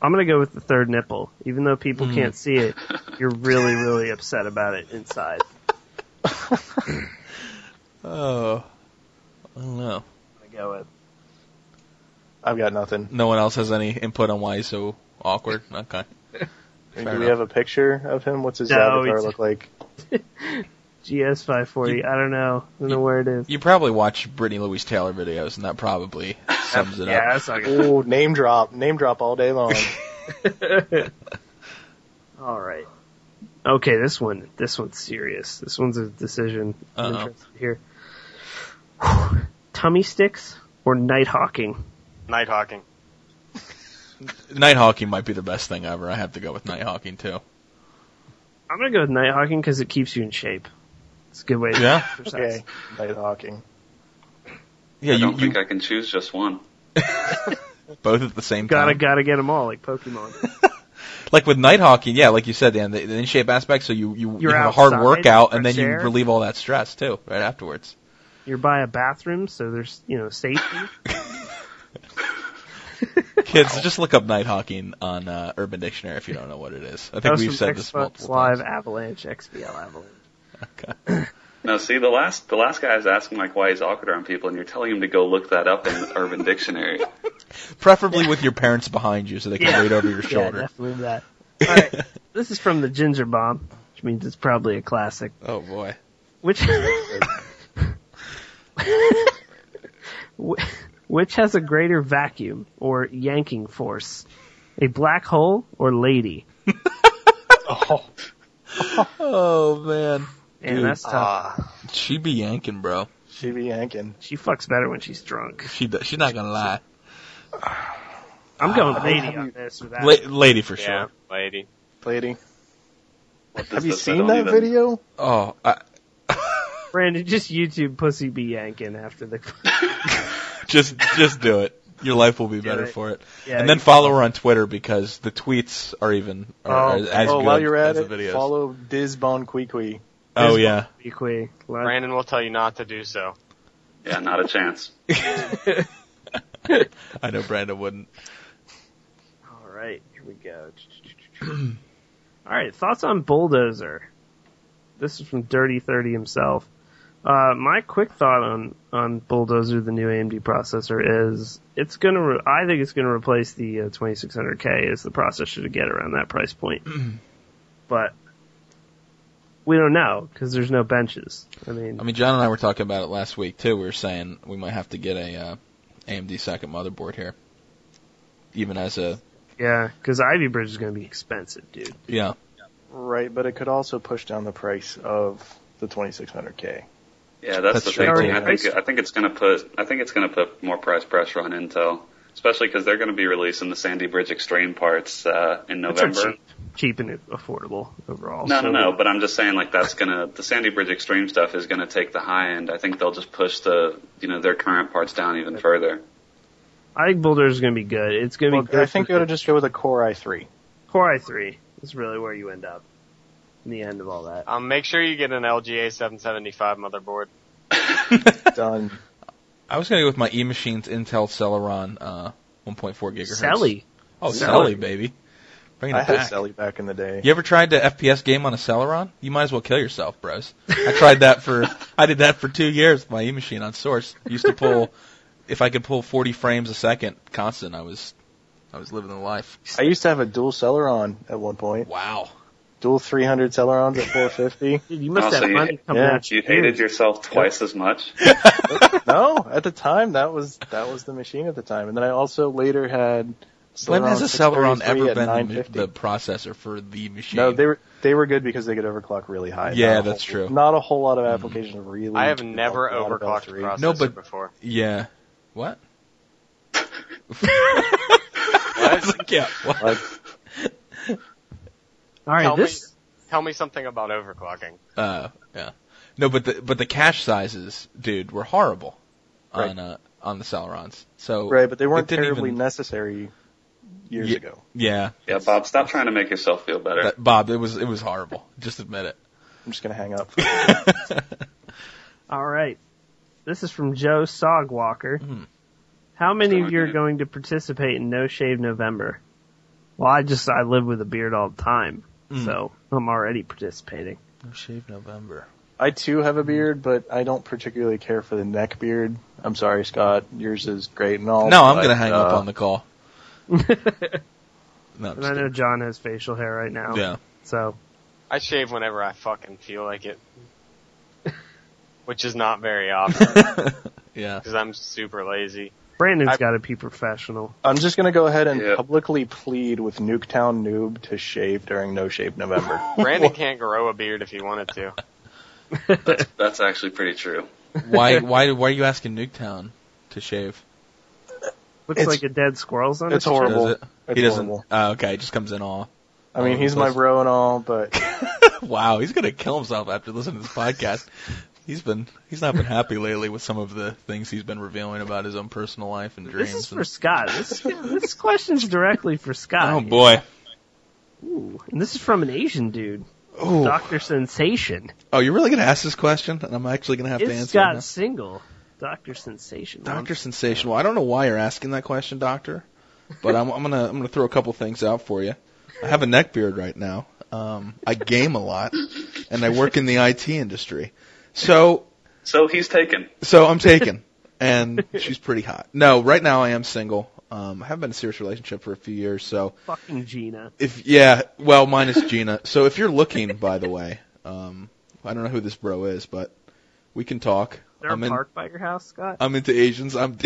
C: I'm gonna go with the third nipple, even though people can't see it. You're really, really upset about it inside.
B: Oh, I don't know.
E: I go with. I've got nothing.
B: No one else has any input on why he's so awkward. Okay.
E: Do
B: Fair
E: we
B: enough.
E: have a picture of him? What's his
C: No,
E: avatar
C: it's-
E: look like?
C: GS540. I don't know. I don't know where it is.
B: You probably watch Brittany Louise Taylor videos, and that probably sums it
C: Yeah,
B: up.
C: that's not good.
E: Ooh, name drop, name drop all day long.
C: All right. Okay, this one. This one's serious. This one's a decision. I'm
B: Uh-oh.
C: interested here. Tummy sticks or night hawking?
F: Night hawking.
B: Night hawking might be the best thing ever. I have to go with night hawking too.
C: I'm gonna go with night hawking because it keeps you in shape. It's a good way to
B: Yeah.
C: exercise.
E: okay, night hawking.
B: Yeah,
D: I
B: you,
D: don't
B: you
D: think I can choose just one.
B: both at the same
C: Gotta
B: time.
C: gotta get them all like Pokemon.
B: Like with night hawking, yeah, like you said, Dan, the, the in shape aspect. So you you, you
C: You're
B: have a hard
C: outside,
B: workout, and
C: fresh
B: then you
C: air.
B: relieve all that stress too, right afterwards.
C: You're by a bathroom, so there's you know safety.
B: Kids, just look up night hawking on uh, Urban Dictionary if you don't know what it is. I think
C: That was
B: we've
C: from
B: said
C: Xbox
B: this multiple
C: Live
B: times.
C: Avalanche XBL Avalanche.
D: No, see, the last the last guy is asking like why he's awkward on people, and you're telling him to go look that up in the Urban Dictionary.
B: Preferably with your parents behind you, so they can
C: Yeah.
B: read over your
C: Yeah,
B: shoulder.
C: definitely that. All right, this is from the Ginger Bomb, which means it's probably a classic.
B: Oh boy.
C: Which Wh- which has a greater vacuum or yanking force? A black hole or lady?
B: Oh man,
C: And that's
B: Ah.
C: tough.
B: Uh, she be yanking, bro.
E: She be yanking.
C: She fucks better when she's drunk.
B: She do- she's not gonna lie.
C: I'm going lady on this or that.
B: La- lady for sure.
F: Yeah, lady.
E: Lady,
D: What is
E: have you
D: this? I
E: seen
D: don't
E: that
D: even-
E: video?
B: Oh, I,
C: Brandon, just YouTube pussy be yanking after the.
B: just just do it. Your life will be better
C: it.
B: for it.
C: Yeah,
B: and then
C: you-
B: follow her on Twitter because the tweets are even are,
C: Oh,
B: are as
E: oh,
B: good
E: while you're at
B: as
E: it,
B: the videos.
E: follow Dizbon Quiqui.
B: oh yeah,
C: Equally.
F: Brandon will tell you not to do so.
D: Yeah, not a chance.
B: I know Brandon wouldn't.
C: All right, here we go. All right, thoughts on Bulldozer? This is from Dirty Thirty himself. Uh, my quick thought on on Bulldozer, the new AMD processor, is it's gonna. Re- I think it's gonna replace the uh, 2600K as the processor to get around that price point. but we don't know because there's no benches. I mean,
B: I mean, John and I were talking about it last week too. We were saying we might have to get a uh, AMD second motherboard here, even as a
C: yeah, because Ivy Bridge is gonna be expensive, dude.
B: yeah.
E: Right, but it could also push down the price of the 2600K.
D: Yeah, that's,
B: That's
D: the
B: true,
D: thing.
B: too.
D: I think I think it's going to put I think it's going to put more price pressure on Intel, especially because they're going to be releasing the Sandy Bridge Extreme parts uh, in
C: Which are
D: November.
C: cheap, cheap and affordable overall.
D: No,
C: So-
D: no, no. But I'm just saying, like that's gonna the Sandy Bridge Extreme stuff is gonna take the high end. I think they'll just push the you know their current parts down even further.
C: I think Bulldozer is going to be good. It's going to
E: Well,
C: be good.
E: I think
C: for
E: you ought to just go with a Core i3.
C: Core i3 is really where you end up in the end of all that.
F: Um, make sure you get an LGA 775 motherboard.
E: Done.
B: I was gonna go with my E Machines Intel Celeron uh, 1.4 gigahertz.
C: Selly.
B: Oh,
C: Celery.
B: Selly, baby. Bringing it
E: I had
B: back.
E: Sally back in the day.
B: You ever tried the FPS game on a Celeron? You might as well kill yourself, bros. I tried that for I did that for two years with my E machine on Source. Used to pull if I could pull forty frames a second constant, I was I was living the life.
E: I used to have a dual Celeron at one point.
B: Wow.
E: Dual 300 Celerons at 450.
C: Dude, you must
D: Oh, so
C: have
D: you-
C: money coming
E: yeah,
C: at you.
D: You hated yourself twice as much.
E: no, at the time that was that was the machine at the time, and then I also later had. Celeron
B: When has a Celeron
E: 633
B: ever
E: at
B: been the,
E: 950.
B: the processor for the machine?
E: No, they were they were good because they could overclock really high.
B: Yeah,
E: Not a
B: that's
E: whole-
B: true. Mm.
E: Not a whole lot of applications really.
F: I have
E: took
F: never
E: a lot of
F: overclocked a
E: L3.
F: processor
B: No, but-
F: before.
B: Yeah. What? I was like, yeah, what?
E: Like,
C: All right,
F: Tell me-
C: this
F: Tell me something about overclocking.
B: Uh, yeah. No, but the but the cache sizes, dude, were horrible
E: Right.
B: on uh on the Celerons. So
E: right, but they weren't
B: it didn't
E: terribly
B: even-
E: necessary years
B: Ye-
E: ago.
B: Yeah,
D: Yeah, Bob, stop trying to make yourself feel better.
B: That- Bob, it was it was horrible. Just admit it.
E: I'm just gonna hang up.
C: all right. This is from Joe Sogwalker.
E: Hmm.
C: How many of you are going to participate in No Shave November? Well, I just I
E: Hmm.
C: live with a beard all the time, so I'm already participating.
B: No shave November.
E: I too have
B: Mm.
E: a beard, but I don't particularly care for the neck beard. I'm sorry, Scott. Yours is great and all.
B: No, I'm
E: but,
B: gonna hang up
E: uh,
B: on the call. No, I'm
C: And I
B: just
C: know John has facial hair right now.
B: kidding. yeah.
C: So
F: I shave whenever I fucking feel like it. Which is not very often,
B: Yeah.
F: because I'm super lazy.
C: Brandon's
F: I-
C: got to be professional.
E: I'm just gonna go ahead and
D: Yeah.
E: publicly plead with Nuketown Noob to shave during No Shave November.
F: Brandon can't grow a beard if he wanted to.
D: That's actually pretty true.
B: Why why why are you asking Nuketown to shave?
C: Looks
E: It's-
C: like a dead squirrel's on
E: it's
C: his
E: horrible.
B: Does it?
E: It's
B: he doesn't.
E: horrible.
B: Oh, okay, he just comes in all.
E: I mean, he's my bro and all, but
B: Wow, he's gonna kill himself after listening to this podcast. He's been he's not been happy lately with some of the things he's been revealing about his own personal life and dreams.
C: This is for
B: and-
C: Scott. This, this question's directly for Scott.
B: oh boy.
C: Ooh, and this is from an Asian dude,
B: Oh,
C: Doctor Sensation.
B: oh, you're really gonna ask this question, and I'm actually gonna have to
C: Is
B: answer. it
C: Scott
B: now.
C: single? Doctor Sensation.
B: Doctor Sensational. I don't know why you're asking that question, Doctor, but I'm, I'm gonna I'm gonna throw a couple things out for you. I have a neck beard right now. Um, I game a lot, and I work in the IT industry. So
D: So he's taken.
B: so I'm taken, and she's pretty hot. No, right now I am single. Um, I haven't been in a serious relationship for a few years, so
C: fucking Gina.
B: if yeah, well, minus Gina. So if you're looking, by the way, um, I don't know who this bro is, but we can talk.
C: There
B: I'm
C: a
B: in-
C: park by your house, Scott?
B: I'm into Asians. I'm.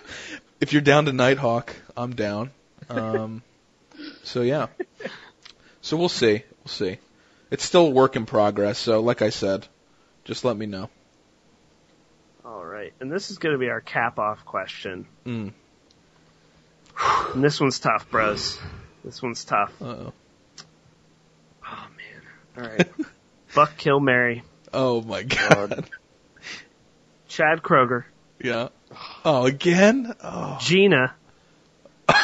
B: if you're down to Nighthawk, I'm down. Um, so yeah. So we'll see. We'll see. It's still a work in progress. So like I said, just let me know.
C: All right, and this is going to be our cap off question.
B: Mm.
C: And this one's tough, bros. This one's tough.
B: Uh-oh.
C: Oh man. All right. Buck kill Mary.
B: Oh my god.
C: Chad Kroger.
B: Yeah. Oh again. Oh.
C: Gina.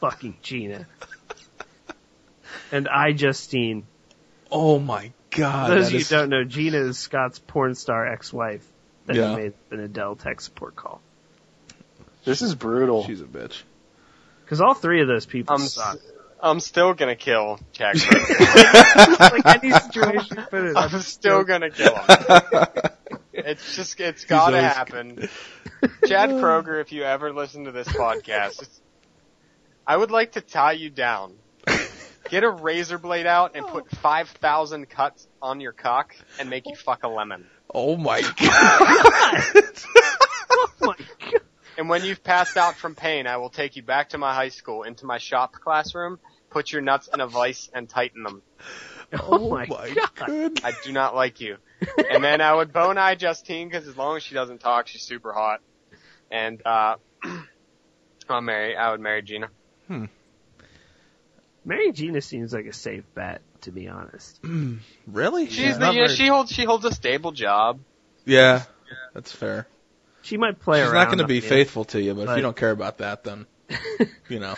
C: fucking Gina. And I Justine.
B: Oh my god.
C: Those
B: that
C: of you
B: is-
C: who don't know, Gina is Scott's porn star ex-wife that
B: Yeah.
C: he made an Adele tech support call.
E: this is brutal.
B: She's a bitch.
C: Because all three of those people
F: I'm,
C: suck.
F: s- I'm still gonna kill Jack.
C: like any situation, put it.
F: I'm still gonna kill him. it's just, it's gotta
B: always-
F: happen. Chad Kroger, if you ever listen to this podcast, it's- I would like to tie you down. Get a razor blade out and put 5,000 cuts on your cock and make you fuck a lemon.
B: Oh my god.
C: Oh my God.
F: And when you've passed out from pain, I will take you back to my high school, into my shop classroom, put your nuts in a vise and tighten them.
C: Oh my
B: My
C: God.
B: god.
F: I do not like you. And then I would bone eye Justine because as long as she doesn't talk, she's super hot. And uh, I'll marry. I would marry Gina.
C: Mary Gina seems like a safe bet, to be honest.
B: Really?
F: She's
B: yeah.
F: the you know, she holds she holds a stable job.
B: Yeah. That's fair.
C: She might play
B: She's
C: around.
B: not going to
C: on
B: be
C: the-
B: faithful to you, but if
C: But-
B: you don't care about that, then you know.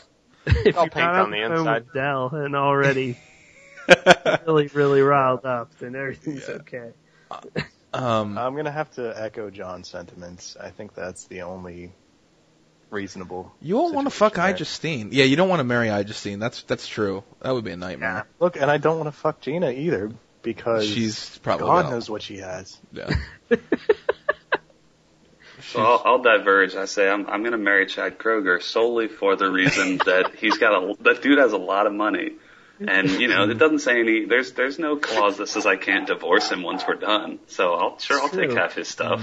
C: If
F: All
C: you're
F: pink
C: not
F: on the
C: phone
F: inside.
C: with Dell and already really, really riled up, then everything's okay.
B: Um,
E: I'm gonna have to echo John's sentiments. I think that's the only reasonable.
B: you won't want to
E: situation
B: fuck I
E: there.
B: Justine. Yeah, you don't want to marry I Justine. That's that's true. That would be a nightmare.
E: Look, and I don't want to fuck Gina either because
B: She's probably
E: God
B: got-
E: knows what she has.
B: Yeah.
D: So
B: Oh.
D: I'll, I'll diverge. I say I'm I'm gonna marry Chad Kroger solely for the reason that he's got a that dude has a lot of money, and you know it doesn't say any. There's there's no clause that says I can't divorce him once we're done. So I'll sure I'll take
C: True.
D: half his stuff.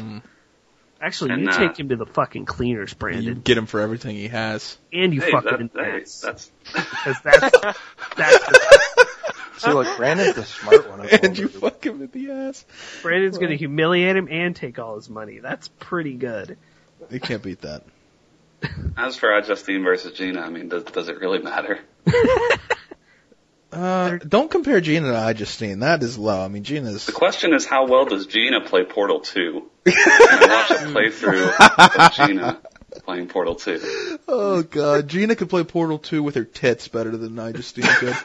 C: Actually,
D: And,
C: you
D: uh,
C: take him to the fucking cleaners,
B: you
C: Brandon,
B: get him for everything he has.
C: and you
D: Hey,
C: fuck
D: that-
C: him in the
D: hey,
C: ass.
D: that's
C: Because that's, that's
E: See, look, Brandon's the smart one. of all
B: And you
E: the-
B: fuck him in the ass.
C: Brandon's going to humiliate him and take all his money. That's pretty good.
B: You can't beat that.
D: as for I Justine versus Gina. I mean, does does it really matter?
B: Uh, don't compare Gina to I Justine. That is low. I mean, Gina's.
D: The question is how well does Gina play Portal Two? I watch a playthrough of Gina playing Portal Two.
B: Oh god, Gina could play Portal 2 with her tits better than I Justine could.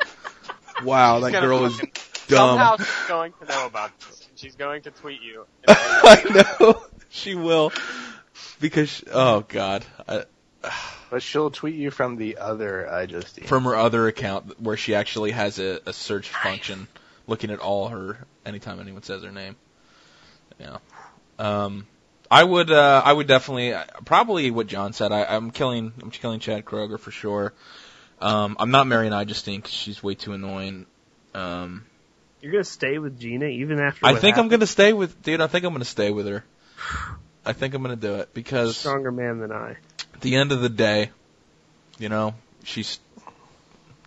B: Wow, that
F: gonna
B: girl is
F: fucking-
B: dumb.
F: Somehow she's going to know about this. She's going to tweet you.
B: I know she will because she- oh god, I,
E: But she'll tweet you from the other. I just
B: from her other account where she actually has a, a search function looking at all her anytime anyone says her name. Um, I would, uh, I would definitely, probably what John said. I, I'm killing, I'm killing Chad Kroger for sure. Um, I'm not marrying I Justine because she's way too annoying. Um,
C: You're gonna stay with Gina even after.
B: I
C: what
B: think I'm
C: happened?
B: gonna stay with, dude. I think I'm gonna stay with her. I think I'm gonna do it because
C: stronger man than I.
B: at the end of the day, you know, she's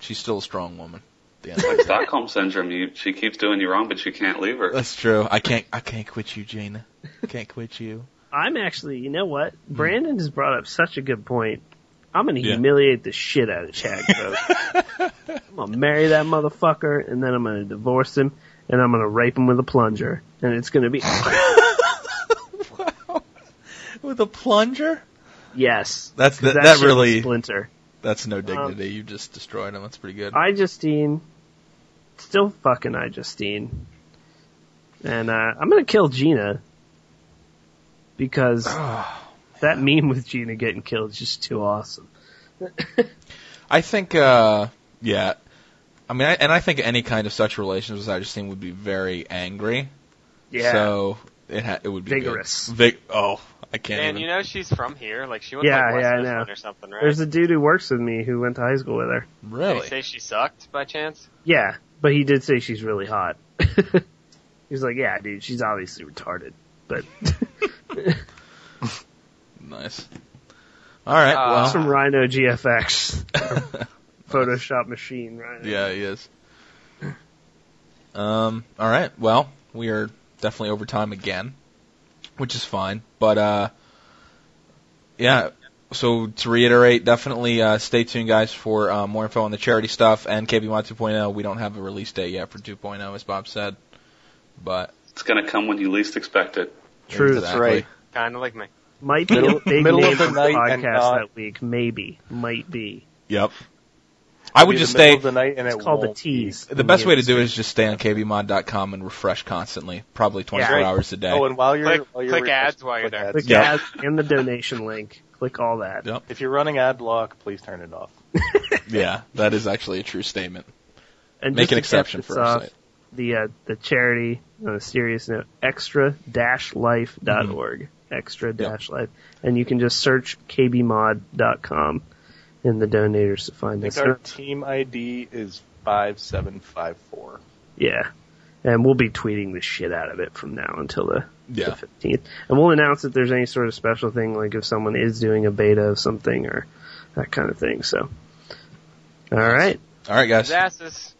B: she's still a strong woman. At the end of the
D: Like Stockholm syndrome, you, she keeps doing you wrong, but you can't leave her.
B: That's true. I can't. I can't quit you, Gina. I can't quit you.
C: I'm actually, you know what? Brandon has brought up such a good point. I'm gonna
B: Yeah.
C: humiliate the shit out of Chad Kroger. I'm gonna marry that motherfucker, and then I'm gonna divorce him, and I'm gonna rape him with a plunger, and it's gonna be
B: With a plunger?
C: yes.
B: That's
C: 'Cause
B: that. That,
C: shit will
B: really.
C: splinter.
B: That's no dignity. you just destroyed him. That's pretty good.
C: I Justine, still fucking I Justine, and uh, I'm gonna kill Gina because
E: Ah,
C: that meme with Gina getting killed is just too awesome.
B: I think. uh Yeah. I mean, I, and I think any kind of sexual relations with Augustine would be very angry.
C: Yeah.
B: So it ha- it would be good.
C: Vigorous.
B: Vig- oh, I can't.
F: And
B: even.
F: you know she's from here. Like she went
C: Yeah,
F: like West
C: yeah, I
F: Mifflin
C: know.
F: or something, right?
C: There's a dude who works with me who went to high school with her.
F: Did he
B: really?
F: say she sucked by chance?
C: Yeah, but he did say she's really hot. He's like, yeah, dude, she's obviously retarded. But
E: Uh-huh.
B: Nice. All right.
F: Uh,
B: well.
C: some Rhino GFX Photoshop machine, right?
B: Yeah, he is. Um, all right. Well, we are definitely over time again, which is fine. But uh, yeah. So to reiterate, definitely uh, stay tuned, guys, for uh, more info on the charity stuff and KBY 2.0. oh. We don't have a release date yet for 2.0, as Bob said, but
D: It's gonna come when you least expect it.
C: True.
E: That's right.
F: Kind of like me.
C: Might be
E: Middle-
C: a big
E: middle
C: name
E: of the
C: for
E: night
C: podcast
E: and not-
C: that week. Maybe, might be.
B: Yep. I would
E: Be
B: just
E: the middle
B: stay.
E: of the night and
C: It's
E: it
C: called the
E: won't
C: tease.
B: The best way to do it is just stay on kbmod.com and refresh constantly, probably 24
C: right.
B: hours a day.
E: be- Oh, and while you're
F: Click-
E: while you're
F: click
E: refreshing,
F: ads while you're
E: click
F: there.
E: ads.
C: click
B: Yeah.
C: ads and the donation link. Click all that.
B: Yep.
E: If you're running ad block, please turn it off.
B: yeah, that is actually a true statement.
C: And
B: Make
C: just
B: an
C: to
B: exception
C: cap
B: for
C: this
B: our
C: off,
B: site.
C: the uh, the charity on a serious note extra dash life dot org
B: Mm-hmm.
C: extra dash life and you can just search kbmod.com in the donators to find
E: I think
C: us
E: our team ID is five seven five four.
C: yeah and we'll be tweeting the shit out of it from now until the
B: Yeah.
C: fifteenth and we'll announce if there's any sort of special thing like if someone is doing a beta of something or that kind of thing so all right
B: All right, guys.
F: Zassus.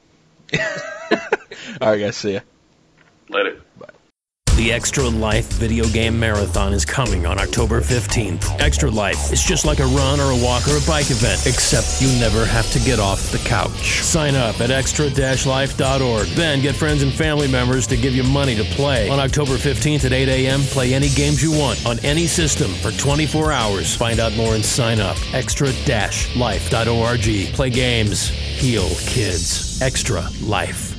B: All right, guys. See ya.
D: Later.
I: The Extra Life video game marathon is coming on October 15th. Extra Life is just like a run or a walk or a bike event, except you never have to get off the couch. Sign up at extra-life.org. Then get friends and family members to give you money to play. On October 15th at 8 a.m., play any games you want on any system for 24 hours. Find out more and sign up. Extra-life.org. Play games, heal kids. Extra Life.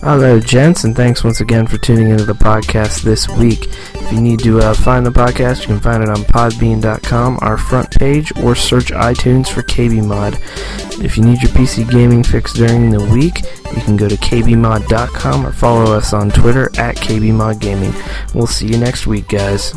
C: Hello, gents, and thanks once again for tuning into the podcast this week. If you need to uh, find the podcast, you can find it on podbean.com, our front page, or search iTunes for KBMod. If you need your PC gaming fix during the week, you can go to kbmod.com or follow us on Twitter at kbmodgaming. We'll see you next week, guys.